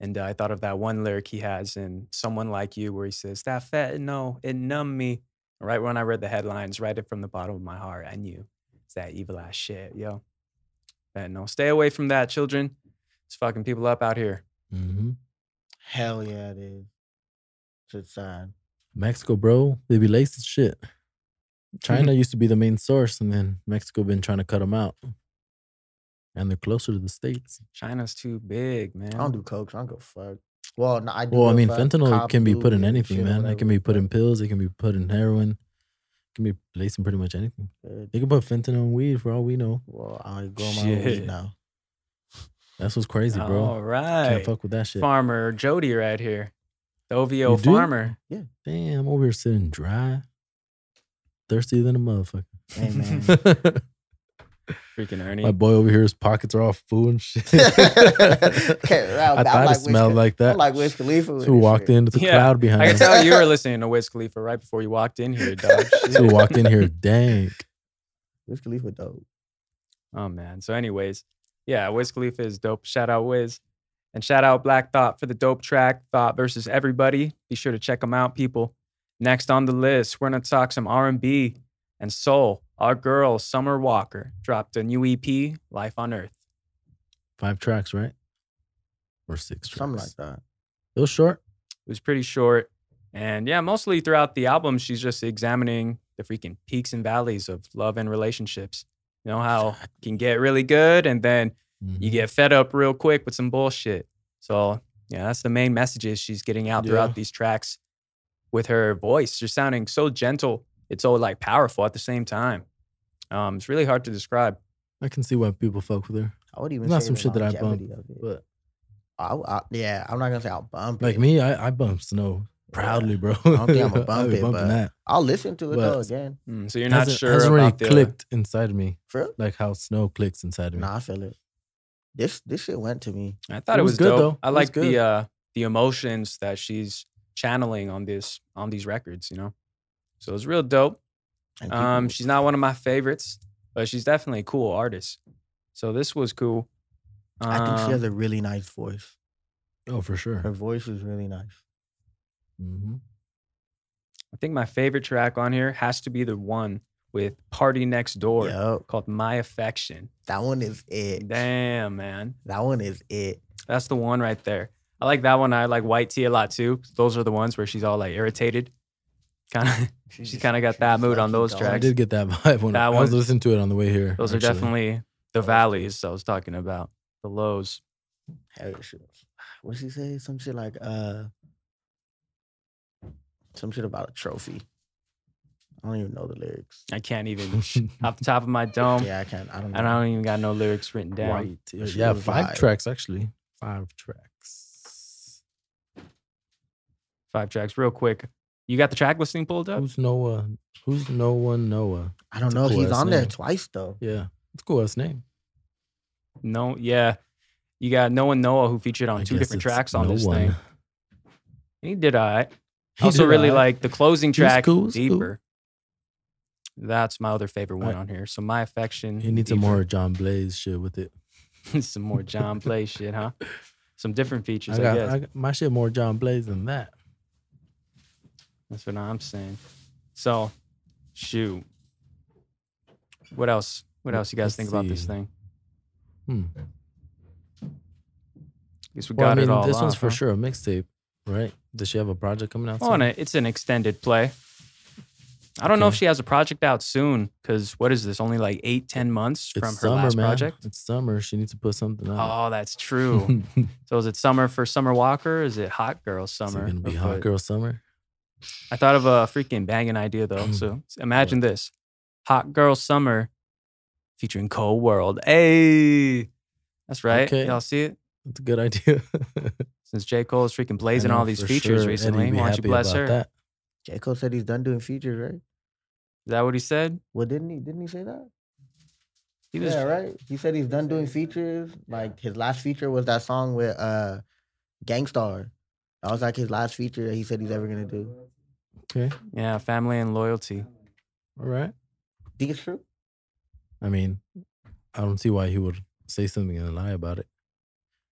Speaker 1: and uh, I thought of that one lyric he has in "Someone Like You," where he says, "That fentanyl it numbed me." Right when I read the headlines, right from the bottom of my heart, I knew it's that evil ass shit, yo. Fentanyl, stay away from that, children. It's fucking people up out here.
Speaker 2: hmm
Speaker 3: Hell yeah, it is. uh, It's a sign.
Speaker 2: Mexico, bro, they be laced as shit. China
Speaker 3: Mm-hmm.
Speaker 2: used to be the main source, and then Mexico been trying to cut them out. And they're closer to the states.
Speaker 1: China's too big, man.
Speaker 3: I don't do coke. so I don't go fuck. Well, no, I do.
Speaker 2: Well, I
Speaker 3: go
Speaker 2: mean,
Speaker 3: fuck
Speaker 2: fentanyl
Speaker 3: cop,
Speaker 2: can be put in
Speaker 3: booze, and
Speaker 2: anything,
Speaker 3: shit,
Speaker 2: man. It can be
Speaker 3: whatever,
Speaker 2: put in pills. It can be put in heroin. It can be laced in pretty much anything.
Speaker 3: but, uh,
Speaker 2: (laughs) They can put fentanyl in weed for all we know.
Speaker 3: Well, I go my own way
Speaker 1: Shit.
Speaker 2: (laughs)
Speaker 3: now.
Speaker 2: That's what's crazy,
Speaker 1: All
Speaker 3: Oh,
Speaker 2: bro. Can't
Speaker 1: right,
Speaker 2: fuck with that shit.
Speaker 1: farmer Jody right here, the OVO
Speaker 2: You do?
Speaker 1: farmer.
Speaker 2: Damn, I'm over here sitting dry, thirstier than a motherfucker.
Speaker 3: Hey, man.
Speaker 2: (laughs)
Speaker 1: Freaking Ernie.
Speaker 2: My boy over here, his pockets are all full and shit.
Speaker 3: (laughs) Okay,
Speaker 2: I
Speaker 3: I'm
Speaker 2: thought
Speaker 3: like
Speaker 2: it smelled
Speaker 3: Wiz-
Speaker 2: like that.
Speaker 3: I'm like Wiz Khalifa. with
Speaker 2: Who
Speaker 3: this
Speaker 2: walked
Speaker 3: shit.
Speaker 2: into the
Speaker 1: Yeah,
Speaker 2: crowd behind
Speaker 1: I can
Speaker 2: us?
Speaker 1: tell you were listening to Wiz Khalifa right before you walked in here, dog. Shit.
Speaker 2: Who walked in
Speaker 3: (laughs)
Speaker 2: here dank?
Speaker 3: Wiz Khalifa, dope.
Speaker 1: Oh man. So, anyways, yeah, Wiz Khalifa is dope. Shout out Wiz. And shout out Black Thought for the dope track, Thought versus Everybody. Be sure to check them out, people. Next on the list, we're gonna talk some R&B. And Soul, our girl Summer Walker dropped a new EP, Life on Earth.
Speaker 2: Five tracks, right? Or six tracks.
Speaker 3: something like that.
Speaker 2: It was short.
Speaker 1: It was pretty short. And yeah, mostly throughout the album, she's just examining the freaking peaks and valleys of love and relationships. You know how it can get really good and then you
Speaker 3: Mm-hmm.
Speaker 2: Mhm.
Speaker 1: get fed up real quick with some bullshit. So yeah, that's the main messages she's getting out throughout
Speaker 3: Yeah.
Speaker 1: these tracks with her voice. Just sounding so gentle. It's so like powerful at the same time. Um, it's really hard to describe.
Speaker 2: I can see why people fuck with her.
Speaker 3: I would even
Speaker 2: Not
Speaker 3: say
Speaker 2: some
Speaker 3: the
Speaker 2: shit that I
Speaker 3: longevity of it.
Speaker 2: But
Speaker 3: I, w- I- yeah, I'm not gonna say I'll bump
Speaker 2: like
Speaker 3: it.
Speaker 2: me, I, I bump Snow proudly, bro. I
Speaker 3: don't think
Speaker 2: (laughs)
Speaker 3: I'ma bump
Speaker 2: be
Speaker 3: it,
Speaker 2: bumping
Speaker 3: but
Speaker 2: that.
Speaker 3: I'll listen to it
Speaker 2: But-
Speaker 3: though again.
Speaker 1: Mm, so you're not
Speaker 2: hasn't,
Speaker 1: sure
Speaker 2: hasn't really
Speaker 1: about the
Speaker 2: clicked inside of me, (laughs)
Speaker 3: For real?
Speaker 2: like how Snow clicks inside of me.
Speaker 3: Nah, I feel it. This this shit went to me.
Speaker 1: I thought
Speaker 2: It
Speaker 1: it
Speaker 2: was
Speaker 1: was,
Speaker 2: good,
Speaker 1: dope.
Speaker 2: though.
Speaker 1: I
Speaker 2: It was
Speaker 1: like
Speaker 2: good.
Speaker 1: the uh the emotions that she's channeling on this on these records, you know. So it's real dope.
Speaker 3: and people-
Speaker 1: Um she's not one of my favorites, but she's definitely a cool artist. So this was cool.
Speaker 3: I think she has
Speaker 1: Um,
Speaker 3: a really nice voice.
Speaker 2: Oh, for
Speaker 3: Her
Speaker 2: sure.
Speaker 3: voice is really nice.
Speaker 2: hmm
Speaker 1: I think my favorite track on here has to be the one with Party Next Door
Speaker 3: Yup,
Speaker 1: called My Affection.
Speaker 3: that one is it.
Speaker 1: Damn, man.
Speaker 3: That one is it.
Speaker 1: That's the one right there. I like that one. I like White Tea a lot too. Those are the ones where she's all like irritated. Kind of She
Speaker 3: just-
Speaker 1: kinda got
Speaker 3: she
Speaker 1: that
Speaker 3: just
Speaker 1: mood
Speaker 3: let
Speaker 1: on
Speaker 3: you
Speaker 1: those
Speaker 3: go.
Speaker 2: I (laughs)
Speaker 1: tracks.
Speaker 2: did get that vibe when I,
Speaker 1: That
Speaker 2: I was
Speaker 1: one-
Speaker 2: listening to it on the way here.
Speaker 1: Those
Speaker 2: actually.
Speaker 1: are definitely the
Speaker 3: Those two.
Speaker 1: valleys I was talking about, the lows.
Speaker 3: Harriet shit. What she say? Some shit like uh, some shit about a trophy. I don't even know the lyrics.
Speaker 1: I can't even
Speaker 2: (laughs)
Speaker 1: off the top of my dome.
Speaker 3: yeah, I can't. I don't. Know.
Speaker 1: And I don't even got no lyrics written down.
Speaker 2: White.
Speaker 3: It
Speaker 2: Yeah,
Speaker 3: was
Speaker 2: five
Speaker 3: vibe.
Speaker 2: tracks actually. Five tracks.
Speaker 1: Five tracks, real quick. You got the track listing pulled up?
Speaker 2: Who's Noah? Who's no one Noah?
Speaker 3: I don't
Speaker 2: It's a
Speaker 3: know. if
Speaker 2: cool
Speaker 3: He's
Speaker 2: ass
Speaker 3: on there
Speaker 2: name.
Speaker 3: twice though.
Speaker 2: Yeah, it's a cool ass name.
Speaker 1: No, yeah. You got No One Noah who featured on
Speaker 2: I
Speaker 1: two
Speaker 2: guess
Speaker 1: different
Speaker 2: it's
Speaker 1: tracks on
Speaker 2: No
Speaker 1: this
Speaker 2: One.
Speaker 1: thing. And he did all right.
Speaker 2: He
Speaker 1: I also
Speaker 2: did
Speaker 1: really
Speaker 2: alright.
Speaker 1: like the closing
Speaker 2: He was
Speaker 1: track,
Speaker 2: cool, he was cool.
Speaker 1: Deeper. That's my other favorite one
Speaker 2: I-
Speaker 1: on here. So My Affection.
Speaker 2: He needs some
Speaker 1: Deeper.
Speaker 2: more John Blaze shit with it.
Speaker 1: (laughs) some more John Play shit,
Speaker 2: (laughs)
Speaker 1: huh? Some different features,
Speaker 2: I
Speaker 1: I,
Speaker 2: got,
Speaker 1: guess.
Speaker 2: I got my shit more John Blaze than that.
Speaker 1: That's what I'm saying. So, shoot. What else? What
Speaker 2: Let-
Speaker 1: else you guys
Speaker 2: let's
Speaker 1: think about this
Speaker 2: see.
Speaker 1: thing?
Speaker 2: Hmm.
Speaker 1: Guess we
Speaker 2: Well,
Speaker 1: got
Speaker 2: I mean,
Speaker 1: it all.
Speaker 2: this one's
Speaker 1: off,
Speaker 2: for
Speaker 1: huh?
Speaker 2: sure a mixtape, right? Does she have a project coming out?
Speaker 1: Well,
Speaker 2: soon?
Speaker 1: and it- it's an extended play. I don't know if
Speaker 2: Okay.
Speaker 1: she has a project out soon because what is this? Only like eight, ten months
Speaker 2: It's
Speaker 1: from her
Speaker 2: summer,
Speaker 1: last
Speaker 2: man.
Speaker 1: project.
Speaker 2: It's summer. She needs to put something out.
Speaker 1: Oh, that's true.
Speaker 2: (laughs)
Speaker 1: so is it summer for Summer Walker? Or is it Hot Girl
Speaker 2: Is it
Speaker 1: Summer?
Speaker 2: gonna be
Speaker 1: Or
Speaker 2: hot
Speaker 1: what?
Speaker 2: girl summer?
Speaker 1: I thought of a freaking banging idea though.
Speaker 2: Mm.
Speaker 1: So imagine this Hot Girl Summer featuring Cold World. Hey, that's right.
Speaker 2: Okay.
Speaker 1: Y'all see it?
Speaker 2: That's a good idea. (laughs)
Speaker 1: Since J. Cole is freaking
Speaker 2: I
Speaker 1: blazing
Speaker 2: know
Speaker 1: all these
Speaker 2: for
Speaker 1: features
Speaker 2: sure
Speaker 1: recently,
Speaker 2: Eddie'd be
Speaker 1: why don't you
Speaker 2: happy
Speaker 1: bless
Speaker 2: about
Speaker 1: her? Is
Speaker 2: that.
Speaker 3: J Cole said he's done doing features, right?
Speaker 1: that what he said?
Speaker 3: Well, didn't he? Didn't he say that?
Speaker 1: He was
Speaker 3: yeah, right. He said he's done doing features. Like his last feature was that song with uh, Gangstar. That was like his last feature that he said he's ever gonna do.
Speaker 2: Okay.
Speaker 1: yeah, family and loyalty.
Speaker 2: All right.
Speaker 3: Think it's true?
Speaker 2: I mean, I don't see why he would say something and lie about it.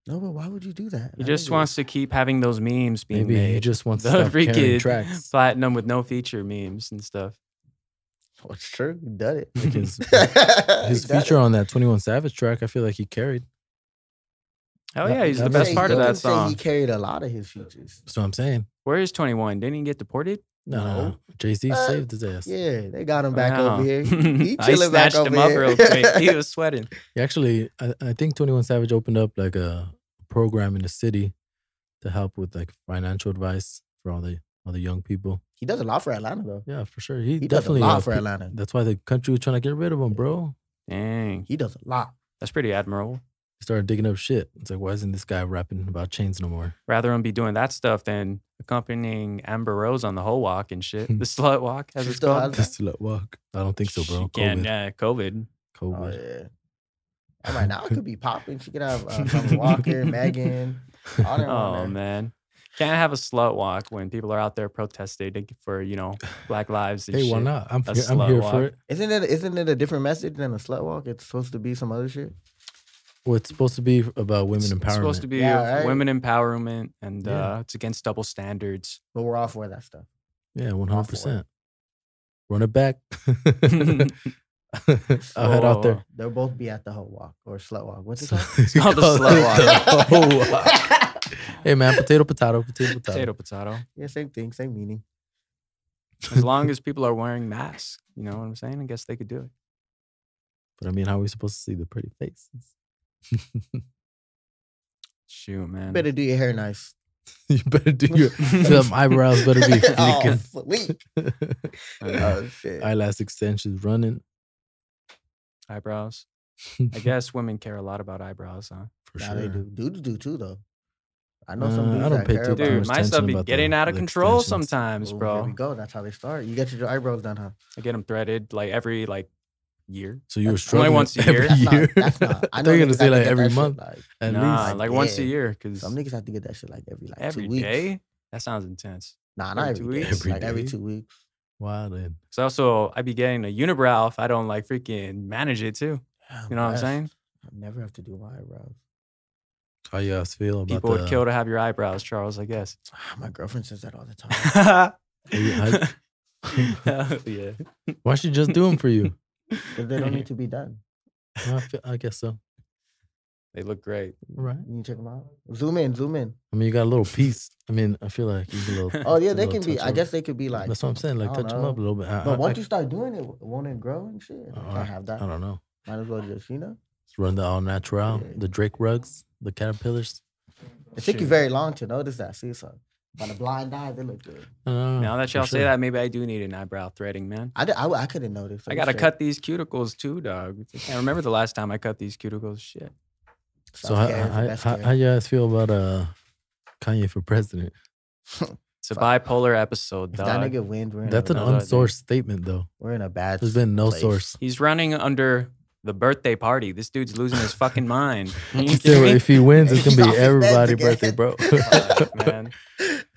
Speaker 3: No, but why would you do that?
Speaker 1: He
Speaker 3: I
Speaker 1: just
Speaker 3: don't
Speaker 1: wants to keep having those memes being
Speaker 2: Maybe
Speaker 1: made.
Speaker 2: he just wants to
Speaker 1: the
Speaker 2: stop carrying
Speaker 1: freaking
Speaker 2: tracks.
Speaker 1: platinum with no feature memes and stuff.
Speaker 3: get it. Well, (laughs) it's true. He done it.
Speaker 2: Like
Speaker 3: (laughs)
Speaker 2: his-
Speaker 3: He
Speaker 2: His
Speaker 3: done
Speaker 2: feature
Speaker 3: it.
Speaker 2: on that Twenty One Savage track, I feel like he carried.
Speaker 1: Hell
Speaker 2: That-
Speaker 1: yeah, he's the
Speaker 2: that
Speaker 3: You can
Speaker 1: best
Speaker 3: say-
Speaker 2: makes
Speaker 1: part
Speaker 3: you
Speaker 1: of
Speaker 2: sense.
Speaker 1: that
Speaker 3: can say He
Speaker 1: song.
Speaker 3: carried a lot of his features.
Speaker 2: So I'm saying,
Speaker 1: Where is 21? Didn't he get deported?
Speaker 2: no, no,
Speaker 3: No.
Speaker 2: no. Jay Z
Speaker 3: Uh,
Speaker 2: saved his ass.
Speaker 3: Yeah, they got him back
Speaker 1: Wow.
Speaker 3: over
Speaker 1: (laughs)
Speaker 3: here. He
Speaker 1: I
Speaker 3: chilling back
Speaker 1: snatched
Speaker 3: over
Speaker 1: him up
Speaker 3: here.
Speaker 1: real
Speaker 3: (laughs)
Speaker 1: quick. He was sweating.
Speaker 2: He actually, I, I think Twenty One Savage opened up like a program in the city to help with like financial advice for all the all the young people.
Speaker 3: He does a lot for Atlanta though.
Speaker 2: Yeah, for sure. He,
Speaker 3: He does a
Speaker 2: definitely
Speaker 3: lot
Speaker 2: helped
Speaker 3: for
Speaker 2: pe-
Speaker 3: Atlanta.
Speaker 2: That's why the country was trying to get rid of him, bro.
Speaker 1: Dang,
Speaker 3: He does a lot.
Speaker 1: that's pretty admirable.
Speaker 2: He started digging up shit. It's like, why isn't this guy rapping about chains no more?
Speaker 1: Rather him be doing that stuff than accompanying Amber Rose on the whole walk and
Speaker 3: (laughs)
Speaker 1: shit, the slut walk as
Speaker 3: She
Speaker 1: it's
Speaker 3: still
Speaker 1: called.
Speaker 3: has-
Speaker 2: Just to let walk. I don't think so,
Speaker 1: (laughs)
Speaker 2: bro.
Speaker 1: She can't,
Speaker 2: COVID.
Speaker 1: uh, COVID.
Speaker 3: Oh
Speaker 2: COVID.
Speaker 3: yeah. And right now it could be popping. She could have uh,
Speaker 2: (laughs)
Speaker 3: Summer Walker, Megan. All them on
Speaker 1: Oh
Speaker 3: there.
Speaker 1: man, can't have a slut walk when people are out there protesting for you
Speaker 2: (laughs)
Speaker 1: know Black lives and
Speaker 2: Hey,
Speaker 1: shit.
Speaker 2: why
Speaker 1: uh,
Speaker 2: not? I'm,
Speaker 1: A
Speaker 2: here- I'm
Speaker 1: slut
Speaker 2: here
Speaker 1: walk.
Speaker 2: for it.
Speaker 3: Isn't it isn't it a different message than a slut walk? It's supposed to be some other shit.
Speaker 2: Well, it's supposed to be about women
Speaker 1: It's-
Speaker 2: empowerment.
Speaker 1: It's supposed to be
Speaker 3: Yeah, right?
Speaker 1: women empowerment, and
Speaker 2: Yeah.
Speaker 1: uh, it's against double standards.
Speaker 3: But we're all for that stuff.
Speaker 2: yeah, 100%. run it
Speaker 1: (laughs)
Speaker 2: back. (laughs) I'll head out there.
Speaker 3: They'll both be at the hoe walk or slut walk. What's it
Speaker 1: (laughs)
Speaker 2: (laughs) So-
Speaker 3: called?
Speaker 1: Oh.
Speaker 2: (laughs)
Speaker 1: called the slow walk. (laughs)
Speaker 2: The hoe walk. hey man, potato, potato, potato, potato.
Speaker 1: Potato, potato.
Speaker 3: (laughs) yeah, same thing, same meaning.
Speaker 1: As long
Speaker 2: (laughs)
Speaker 1: as people are wearing masks, you know what I'm saying? I guess they could do it.
Speaker 2: But I mean, how are we supposed to see the pretty faces? (laughs)
Speaker 1: Shoot, man.
Speaker 3: Better do your hair nice.
Speaker 2: you better do
Speaker 1: (laughs)
Speaker 2: your (laughs) them eyebrows better be
Speaker 3: (laughs) oh,
Speaker 2: flicking.
Speaker 3: fleek.
Speaker 1: Uh,
Speaker 3: Oh, shit.
Speaker 2: (laughs) Eyelash extensions running
Speaker 1: eyebrows. I guess women care a lot about eyebrows, huh?
Speaker 2: (laughs) for
Speaker 3: Nah,
Speaker 2: sure.
Speaker 3: they do. Dudes do too, though. I know some
Speaker 2: Uh, I
Speaker 3: dudes
Speaker 2: don't
Speaker 3: that
Speaker 2: pay
Speaker 3: care
Speaker 2: too
Speaker 3: about
Speaker 2: much
Speaker 1: Dude,
Speaker 3: it.
Speaker 1: my
Speaker 2: tension
Speaker 1: stuff be
Speaker 2: about the-
Speaker 1: getting out of
Speaker 2: the
Speaker 1: control
Speaker 2: extensions.
Speaker 1: sometimes,
Speaker 3: Ooh, Here
Speaker 1: bro.
Speaker 3: we go. That's how they start. You get your
Speaker 2: (laughs)
Speaker 3: eyebrows done, huh?
Speaker 1: I get them threaded like every like year.
Speaker 2: So you were
Speaker 3: That's
Speaker 2: struggling
Speaker 1: only once a
Speaker 2: (laughs)
Speaker 1: year.
Speaker 2: every
Speaker 3: That's
Speaker 2: year. (laughs)
Speaker 3: not. That's not. I know
Speaker 2: They're
Speaker 3: niggas
Speaker 2: gonna say
Speaker 3: have
Speaker 2: like
Speaker 3: get
Speaker 2: every
Speaker 3: that shit,
Speaker 2: month
Speaker 3: like,
Speaker 2: at
Speaker 1: nah,
Speaker 2: least.
Speaker 1: like once a
Speaker 3: Yeah.
Speaker 1: year because
Speaker 3: some niggas have to get that shit like every like
Speaker 1: every
Speaker 3: two weeks.
Speaker 1: day. That sounds intense.
Speaker 3: Nah, not
Speaker 1: Every two
Speaker 3: every day.
Speaker 1: weeks?
Speaker 2: Every
Speaker 3: like every
Speaker 2: day?
Speaker 3: two weeks.
Speaker 2: Wow, then.
Speaker 1: So also, I be getting a unibrow if I don't like freaking manage it too.
Speaker 3: Damn,
Speaker 1: You know what I'm
Speaker 3: blessed.
Speaker 1: saying?
Speaker 3: I never have to do my eyebrows. (sighs)
Speaker 2: How you guys feel about
Speaker 1: People
Speaker 2: the-
Speaker 1: would kill to have your eyebrows, Charles. I guess.
Speaker 3: My girlfriend says that all the time.
Speaker 1: Hell
Speaker 2: I-
Speaker 1: (laughs)
Speaker 2: (laughs)
Speaker 1: yeah.
Speaker 2: Why should she just do them for
Speaker 3: (laughs)
Speaker 2: you?
Speaker 3: if they don't need to be done,
Speaker 2: Well, I, feel, I guess so.
Speaker 1: They look great.
Speaker 2: All right.
Speaker 3: you can check them out. Zoom in, zoom in.
Speaker 2: I mean, you got a little piece. I mean, I feel like you can a little.
Speaker 3: (laughs) Oh
Speaker 2: it's
Speaker 3: yeah,
Speaker 2: a
Speaker 3: they
Speaker 2: little
Speaker 3: can be. I
Speaker 2: touch-up.
Speaker 3: guess they could be like.
Speaker 2: That's what I'm saying. Like
Speaker 3: I
Speaker 2: touch
Speaker 3: don't
Speaker 2: them up a
Speaker 3: know.
Speaker 2: little bit. I, I,
Speaker 3: But
Speaker 2: I,
Speaker 3: once you start doing it, won't it grow and shit? I
Speaker 2: Uh,
Speaker 3: can't have that.
Speaker 2: I don't know.
Speaker 3: Might as well just you know.
Speaker 2: Let's run the all natural, the Drake rugs, the caterpillars.
Speaker 3: It took you
Speaker 1: Shit.
Speaker 3: very long to notice that. See, so by the blind eye, they look good.
Speaker 2: I don't know,
Speaker 1: Now that
Speaker 2: for
Speaker 1: y'all say
Speaker 2: sure.
Speaker 1: that, maybe I do need an eyebrow threading, man.
Speaker 3: I, did, I, I couldn't notice.
Speaker 1: I gotta cut these cuticles too, dog. I can't remember the last time I cut these cuticles. Shit.
Speaker 2: So how, how, how, how you guys feel about uh Kanye for president?
Speaker 1: It's a
Speaker 3: Fuck.
Speaker 1: bipolar episode,
Speaker 3: If that
Speaker 1: dog.
Speaker 3: nigga wins, we're in,
Speaker 2: That's
Speaker 3: a,
Speaker 2: an
Speaker 1: another idea.
Speaker 2: unsourced statement though.
Speaker 3: we're in a bad.
Speaker 2: There's been no
Speaker 3: place.
Speaker 2: source.
Speaker 1: He's running under the birthday party. This dude's losing his fucking
Speaker 3: (laughs)
Speaker 1: mind. Are you
Speaker 2: So
Speaker 1: kidding me?
Speaker 2: if he wins, it's gonna
Speaker 3: He's
Speaker 2: be
Speaker 3: off his meds
Speaker 2: everybody's
Speaker 3: again.
Speaker 2: birthday, bro.
Speaker 3: (laughs) Oh,
Speaker 2: (laughs)
Speaker 1: Fuck, man.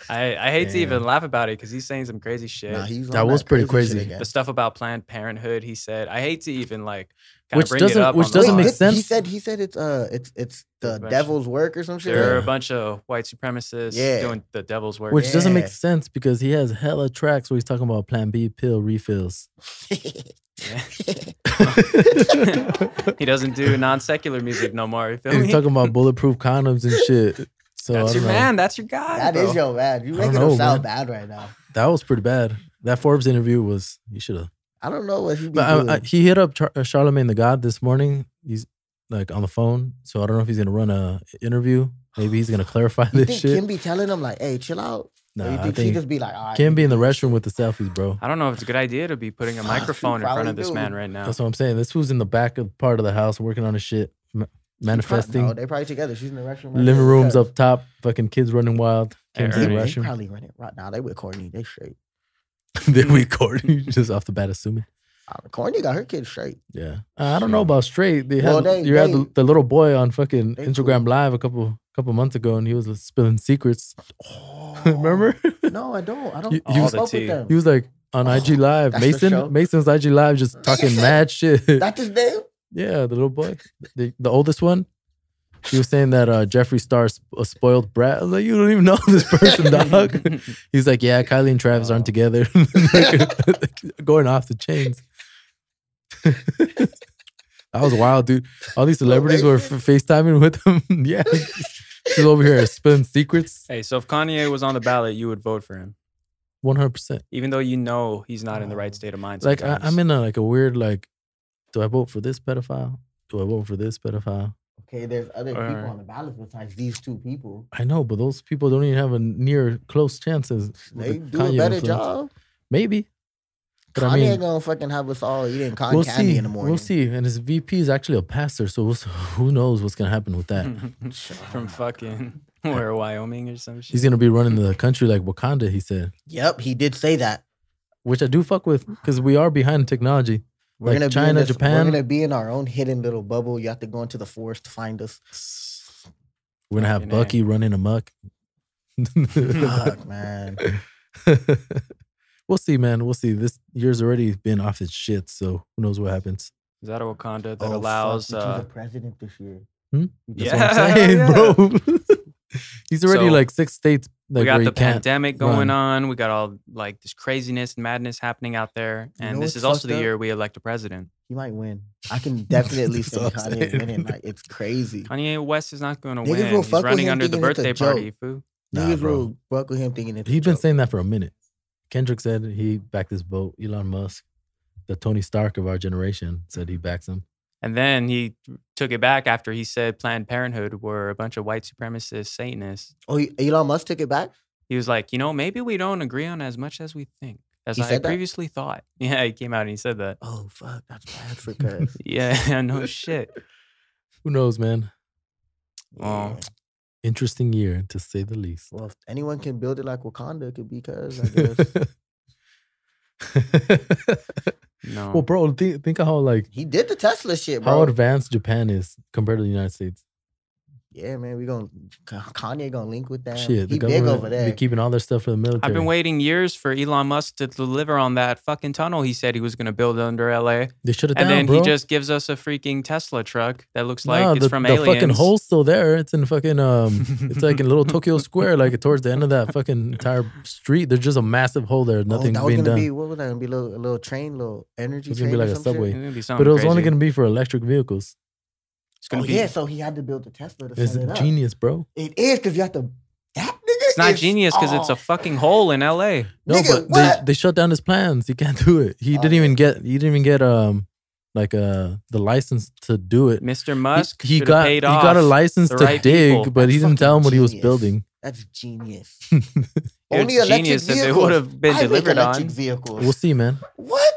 Speaker 1: I, I hate to even
Speaker 2: Damn.
Speaker 1: laugh about it because he's saying some crazy shit.
Speaker 3: (laughs) Nah, he's on
Speaker 2: That was pretty
Speaker 3: shit
Speaker 2: crazy.
Speaker 3: again.
Speaker 1: the stuff about Planned Parenthood, he said. I hate to even like kind
Speaker 2: Which
Speaker 1: of bring
Speaker 2: doesn't-
Speaker 1: it up.
Speaker 2: which
Speaker 1: on the
Speaker 2: doesn't
Speaker 1: pod.
Speaker 2: make
Speaker 3: did-
Speaker 2: sense.
Speaker 3: He said he said it's uh it's it's the
Speaker 1: Intervention.
Speaker 3: devil's work or some shit.
Speaker 1: There are a
Speaker 3: (laughs)
Speaker 2: Yeah.
Speaker 1: bunch of white supremacists
Speaker 3: Yeah.
Speaker 1: doing the devil's work.
Speaker 2: Which doesn't make
Speaker 3: Yeah.
Speaker 2: sense because he has hella tracks where he's talking about Plan B pill
Speaker 3: (laughs)
Speaker 2: refills.
Speaker 1: Yeah.
Speaker 3: He's
Speaker 2: he's
Speaker 1: (laughs) he doesn't do non secular music no more. You feel me?
Speaker 2: talking about bulletproof condoms and
Speaker 3: (laughs)
Speaker 2: shit. So I
Speaker 1: That's
Speaker 2: don't
Speaker 1: your
Speaker 2: know.
Speaker 1: man. That's your guy.
Speaker 3: That
Speaker 1: bro.
Speaker 3: is your bad. You
Speaker 2: I don't
Speaker 3: making
Speaker 2: know,
Speaker 3: him sound
Speaker 2: man.
Speaker 3: bad right now.
Speaker 2: That was pretty bad. That Forbes interview was. You should have.
Speaker 3: I don't know what he be
Speaker 2: But
Speaker 3: doing.
Speaker 2: I, I, he hit up Char- uh, Charlemagne the God this morning. He's like on the phone, so I don't know if he's gonna run a interview. Maybe he's gonna clarify
Speaker 3: you
Speaker 2: this
Speaker 3: think
Speaker 2: shit.
Speaker 3: Kim be telling him like, "Hey, chill out"?
Speaker 2: nah,
Speaker 3: or you
Speaker 2: I
Speaker 3: think, she
Speaker 2: think
Speaker 3: just be like, "All right,
Speaker 2: Kim be in the restroom with the selfies, bro.
Speaker 1: I don't know if it's a good idea to be putting a
Speaker 3: Fuck, you
Speaker 1: microphone in front
Speaker 3: probably
Speaker 1: of this
Speaker 3: do.
Speaker 1: man right now. (laughs)
Speaker 2: That's what I'm saying. This was in the back of part of the house working on his shit, ma- manifesting.
Speaker 3: No, they probably together. She's in the restroom. right
Speaker 2: Living
Speaker 3: now.
Speaker 2: rooms up top, fucking kids running wild.
Speaker 1: Hey,
Speaker 2: Kim's
Speaker 3: They,
Speaker 2: in the
Speaker 1: Ernie.
Speaker 3: they
Speaker 2: restroom.
Speaker 3: probably running right now. They with Courtney. They straight.
Speaker 2: (laughs) then we recording just off the bat, assuming.
Speaker 3: Uh, Courtney got her kids straight.
Speaker 2: Yeah, Uh, I don't know about straight. They had
Speaker 3: Well, they-
Speaker 2: you had the,
Speaker 3: they-
Speaker 2: the little boy on fucking
Speaker 3: they
Speaker 2: Instagram
Speaker 3: cool.
Speaker 2: Live a couple couple months ago, and he was spilling secrets. (laughs)
Speaker 3: Oh,
Speaker 2: (laughs) Remember? (laughs)
Speaker 3: No, I don't. I don't.
Speaker 2: You-
Speaker 3: You,
Speaker 2: you-
Speaker 3: fuck with them.
Speaker 2: He was like on IG Live.
Speaker 3: Oh, that's the show?
Speaker 2: Mason Mason's IG Live just
Speaker 3: (laughs)
Speaker 2: talking mad shit.
Speaker 3: That's his name.
Speaker 2: yeah, the little boy, the, the oldest one. He was saying that uh, Jeffree Star's a spoiled brat. I was like, you don't even know this person, dog. He's like, yeah, Kylie and Travis aren't
Speaker 3: Oh.
Speaker 2: together. (laughs) Going off the chains. (laughs) that was wild, dude. All these celebrities were f- FaceTiming with him. (laughs) yeah. She's over here spilling secrets.
Speaker 1: hey, so if Kanye was on the ballot, you would vote for him,
Speaker 2: 100%.
Speaker 1: even though you know he's not in the right state of mind.
Speaker 2: like I,
Speaker 1: sometimes.
Speaker 2: I'm in a like a weird like, do I vote for this pedophile? Do I vote for this pedophile?
Speaker 3: Okay, there's other people
Speaker 1: Alright.
Speaker 3: on the ballot besides these two people.
Speaker 2: I know, but those people don't even have a near close chances. with the
Speaker 3: They do
Speaker 2: Kanye
Speaker 3: a better
Speaker 2: influence.
Speaker 3: job.
Speaker 2: maybe. But
Speaker 3: Kanye
Speaker 2: I mean,
Speaker 3: ain't gonna fucking have us all eating cotton
Speaker 2: we'll
Speaker 3: candy
Speaker 2: see.
Speaker 3: in the morning.
Speaker 2: We'll see. And his VP is actually a pastor, so we'll, s- (laughs) who knows what's gonna happen with
Speaker 1: Hmm. (laughs)
Speaker 2: that?
Speaker 1: from fucking (laughs) where Wyoming or some shit.
Speaker 2: He's gonna be running the country like Wakanda. He said,
Speaker 3: Yep, he did say that.
Speaker 2: which I do fuck with because we are behind technology.
Speaker 3: We're
Speaker 2: Like
Speaker 3: gonna be in
Speaker 2: China,
Speaker 3: this,
Speaker 2: Japan.
Speaker 3: We're gonna be in our own hidden little bubble. You have to go into the forest to
Speaker 2: (laughs)
Speaker 3: find us.
Speaker 2: We're gonna have
Speaker 1: Fucking A.
Speaker 2: Bucky running amok. (laughs)
Speaker 3: Fuck, man.
Speaker 2: we'll see, man. We'll see. This year's already been off its shit, so who knows what happens.
Speaker 1: Is that a Wakanda that
Speaker 3: Oh, fuck,
Speaker 1: allows?
Speaker 3: we choose
Speaker 1: uh,
Speaker 3: a president this year.
Speaker 2: Hmm?
Speaker 3: We
Speaker 2: That's
Speaker 3: choose-
Speaker 1: Yeah. (laughs)
Speaker 2: what I'm saying, (laughs)
Speaker 1: hell yeah.
Speaker 2: bro. (laughs) He's already
Speaker 1: So-
Speaker 2: like six states Like
Speaker 1: we
Speaker 2: where
Speaker 1: got
Speaker 2: you
Speaker 1: the
Speaker 2: can't-
Speaker 1: pandemic going
Speaker 2: run.
Speaker 1: on. We got all like this craziness, madness happening out there.
Speaker 3: You
Speaker 1: And
Speaker 3: know
Speaker 1: this
Speaker 3: what's
Speaker 1: is also
Speaker 3: fucked
Speaker 1: the
Speaker 3: up?
Speaker 1: year we elect a president.
Speaker 3: He might win.
Speaker 2: (laughs)
Speaker 3: I can definitely
Speaker 2: That's
Speaker 3: say
Speaker 2: what I'm
Speaker 3: Kanye
Speaker 2: saying.
Speaker 3: winning. Like it's crazy.
Speaker 1: Kanye West is not going to
Speaker 3: Niggas
Speaker 1: win.
Speaker 3: will
Speaker 1: He's
Speaker 3: fuck with
Speaker 1: running
Speaker 3: him
Speaker 1: under the
Speaker 3: thinking it's a
Speaker 1: birthday party, foo.
Speaker 2: Nah,
Speaker 3: Niggas
Speaker 2: bro.
Speaker 3: will fuck with him thinking it's a
Speaker 2: He's been
Speaker 3: joke.
Speaker 2: saying that for a minute. Kendrick said he backed his boat. Elon Musk, the Tony Stark of our generation, said he backs him.
Speaker 1: And then he took it back after he said Planned Parenthood were a bunch of white supremacist Satanists.
Speaker 3: Oh, he- Elon Musk took it back.
Speaker 1: He was like, you know, maybe we don't agree on as much as we think, as
Speaker 3: He
Speaker 1: I
Speaker 3: said that?
Speaker 1: previously thought. (laughs) Yeah, he came out and he said that.
Speaker 3: Oh fuck, that's
Speaker 2: (laughs)
Speaker 3: bad
Speaker 1: (laughs)
Speaker 3: for cuz.
Speaker 1: Yeah, no shit.
Speaker 2: Who knows, man?
Speaker 1: Well,
Speaker 2: Interesting year to say the least.
Speaker 3: Well, if anyone can build it like Wakanda, it could be cuz. I guess
Speaker 1: no.
Speaker 2: (laughs) well, bro, think, think of how like
Speaker 3: he did the Tesla shit,
Speaker 2: how
Speaker 3: bro.
Speaker 2: advanced Japan is compared to the United States.
Speaker 3: yeah, man, we gonna Kanye gonna link with that.
Speaker 2: Shit, the
Speaker 3: he big over
Speaker 2: government
Speaker 3: there.
Speaker 2: be keeping all their stuff for the military.
Speaker 1: I've been waiting years for Elon Musk to deliver on that fucking tunnel he said he was going to build under LA.
Speaker 2: They shut it
Speaker 1: And
Speaker 2: down,
Speaker 1: then
Speaker 2: bro.
Speaker 1: he just gives us a freaking Tesla truck that looks like
Speaker 2: Nah,
Speaker 1: it's
Speaker 2: the,
Speaker 1: from
Speaker 2: the
Speaker 1: aliens.
Speaker 2: fucking
Speaker 1: (laughs)
Speaker 2: hole's still there. It's in fucking um, it's like in little Tokyo Square, like towards the end of that fucking entire street. There's just a massive hole there.
Speaker 3: Oh,
Speaker 2: Nothing's
Speaker 3: that was
Speaker 2: being
Speaker 3: gonna
Speaker 2: done.
Speaker 3: be what was that gonna be? Little, a little train, little energy
Speaker 2: It's
Speaker 3: train.
Speaker 2: gonna be
Speaker 3: or
Speaker 2: like a
Speaker 3: some shit?
Speaker 1: (laughs)
Speaker 2: subway.
Speaker 1: It's gonna be something
Speaker 2: but it was only
Speaker 1: crazy.
Speaker 2: going to be for electric vehicles.
Speaker 1: It's
Speaker 3: Oh
Speaker 1: gonna be.
Speaker 3: yeah, so he had to build the Tesla to
Speaker 2: It's
Speaker 3: set it up.
Speaker 2: genius, bro.
Speaker 3: It is because you have to. That nigga
Speaker 1: It's not
Speaker 3: is-
Speaker 1: genius because it's a
Speaker 3: oh,
Speaker 1: fucking hole in LA.
Speaker 2: No,
Speaker 3: Nigga,
Speaker 2: but they,
Speaker 3: what?
Speaker 2: they shut down his plans. He can't (laughs) do it. He
Speaker 3: Oh,
Speaker 2: didn't even get. He didn't even get um like uh the license to do it. He-
Speaker 1: Mr. Musk
Speaker 2: he,
Speaker 1: shoulda
Speaker 2: got
Speaker 1: paid
Speaker 2: he
Speaker 1: off.
Speaker 2: got a license
Speaker 1: the
Speaker 2: to
Speaker 1: right
Speaker 2: dig,
Speaker 1: people.
Speaker 2: but he didn't
Speaker 3: Fucking
Speaker 2: tell him what he was
Speaker 3: genius.
Speaker 2: building. (laughs)
Speaker 3: That's genius.
Speaker 1: It's
Speaker 3: Only electric
Speaker 1: genius if it
Speaker 3: vehicles.
Speaker 1: would have been
Speaker 3: I make
Speaker 1: delivered
Speaker 3: electric
Speaker 1: on.
Speaker 3: Vehicles.
Speaker 2: We'll see, man.
Speaker 3: What?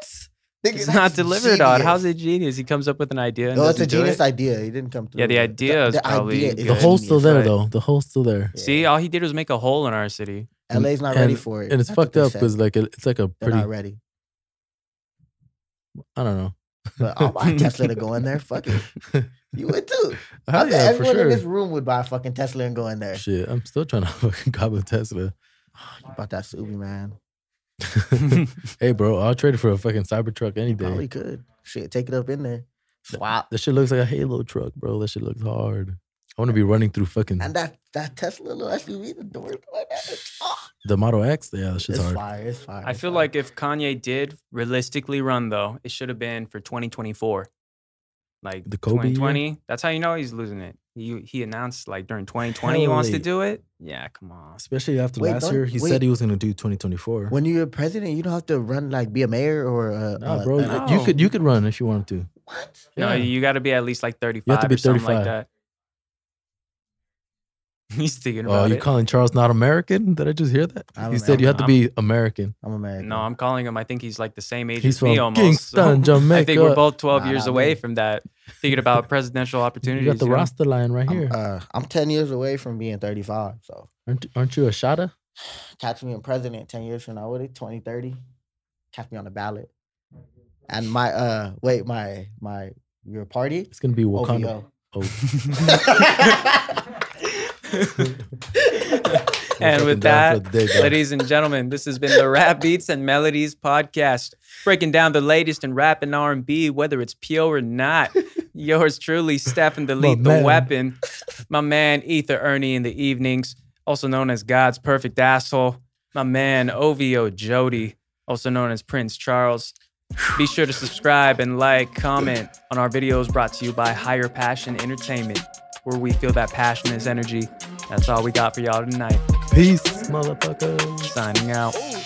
Speaker 3: Nigga,
Speaker 1: It's
Speaker 3: that's
Speaker 1: not delivered on. How's it
Speaker 3: genius.
Speaker 1: genius? He comes up with an idea. And
Speaker 3: No, it's a
Speaker 1: doesn't do
Speaker 3: genius
Speaker 1: it.
Speaker 3: idea. He didn't come through.
Speaker 1: Yeah, the
Speaker 3: with it.
Speaker 1: idea is probably
Speaker 3: is
Speaker 1: good.
Speaker 2: The hole's still there
Speaker 1: right.
Speaker 2: though. The hole's still there,
Speaker 3: Yeah.
Speaker 1: See, all he did was make a hole in our city.
Speaker 3: LA's not ready for it.
Speaker 2: and it's
Speaker 3: That's what
Speaker 2: fucked
Speaker 3: they
Speaker 2: up
Speaker 3: said.
Speaker 2: because like it- it's like a
Speaker 3: they're
Speaker 2: pretty.
Speaker 3: not ready.
Speaker 2: I don't know.
Speaker 3: But
Speaker 2: (laughs)
Speaker 3: I'll buy a Tesla to go in there. Fuck it. You would too. I
Speaker 2: Hell
Speaker 3: bet
Speaker 2: yeah, for
Speaker 3: everyone in
Speaker 2: sure.
Speaker 3: this room would buy a fucking Tesla and go in there.
Speaker 2: Shit, I'm still trying to (laughs) fucking cop a Tesla. (laughs)
Speaker 3: (sighs) You bought that Subi, man.
Speaker 2: hey, bro, I'll trade it for a fucking Cybertruck any
Speaker 3: You
Speaker 2: day.
Speaker 3: probably could. Shit, take it up in there. Swap.
Speaker 2: That shit looks like a Halo truck, bro. That shit looks hard. I want to be running through fucking
Speaker 3: And that that Tesla little SUV, the door is like that. It's, oh,
Speaker 2: the Model X. Yeah, that shit's
Speaker 3: it's
Speaker 2: hard.
Speaker 3: fire. It's fire.
Speaker 1: I
Speaker 3: it's
Speaker 1: feel
Speaker 3: fire.
Speaker 1: like if Kanye did realistically run though, it should have been for 2024. Like
Speaker 2: The Kobe year?
Speaker 1: 2020. That's how you know he's losing it. He he announced like during 2020 he wants to
Speaker 2: Hell yeah.
Speaker 1: do it. Yeah, come on.
Speaker 2: Especially after
Speaker 3: Wait,
Speaker 2: last
Speaker 3: don't-
Speaker 2: year, he
Speaker 3: wait.
Speaker 2: said he was gonna do 2024.
Speaker 3: when you're a president, you don't have to run like be a mayor or a,
Speaker 2: nah,
Speaker 3: a-
Speaker 2: bro,
Speaker 3: a-
Speaker 2: you
Speaker 1: No.
Speaker 2: could you could run if you wanted to.
Speaker 3: what?
Speaker 1: No,
Speaker 2: Yeah.
Speaker 1: you got to be at least like 35
Speaker 2: be
Speaker 1: or something
Speaker 2: 35.
Speaker 1: like that. (laughs) He's thinking
Speaker 2: Oh,
Speaker 1: about
Speaker 2: you
Speaker 1: it.
Speaker 2: calling Charles not American? Did I just hear that?
Speaker 3: I'm
Speaker 2: He
Speaker 3: an-
Speaker 2: said you
Speaker 1: I'm-
Speaker 2: have to be American.
Speaker 3: I'm American.
Speaker 1: no, I'm calling him. I think he's like the same age
Speaker 2: He's
Speaker 1: as me
Speaker 2: from
Speaker 1: almost. (laughs)
Speaker 2: Kingston,
Speaker 1: I think we're
Speaker 2: Jamaica.
Speaker 1: both 12
Speaker 3: Nah,
Speaker 1: years
Speaker 3: nah,
Speaker 1: away
Speaker 3: me.
Speaker 1: from that. Thinking about presidential
Speaker 2: (laughs) You
Speaker 1: opportunities.
Speaker 2: got the
Speaker 1: you know?
Speaker 2: Rasta line right here.
Speaker 3: I'm, uh, I'm 10 years away from being 35. So
Speaker 2: aren't, aren't you a Shada?
Speaker 3: catch me in president 10 years from now, would it? 2030. Catch me on the ballot. And my uh wait, my my your party?
Speaker 2: It's gonna be Wakanda. Oh.
Speaker 3: OVO. (laughs)
Speaker 1: And with that,
Speaker 2: ladies.
Speaker 1: Ladies and gentlemen, this has been the Rap Beats and Melodies podcast, breaking down the latest in rap and R&B, whether it's pure or
Speaker 2: (laughs)
Speaker 1: not. Yours truly, Stefan the
Speaker 2: My
Speaker 1: Lethal
Speaker 2: man.
Speaker 1: Weapon, my man Ether Ernie in the evenings, also known as God's Perfect Asshole, my man OVO Jody, also known as Prince Charles. Be sure to subscribe and like, comment on our videos brought to you by Higher Passion Entertainment, where we feel that passion is energy. That's all we got for y'all tonight.
Speaker 2: Peace, motherfuckers.
Speaker 1: Signing out.
Speaker 4: Ooh,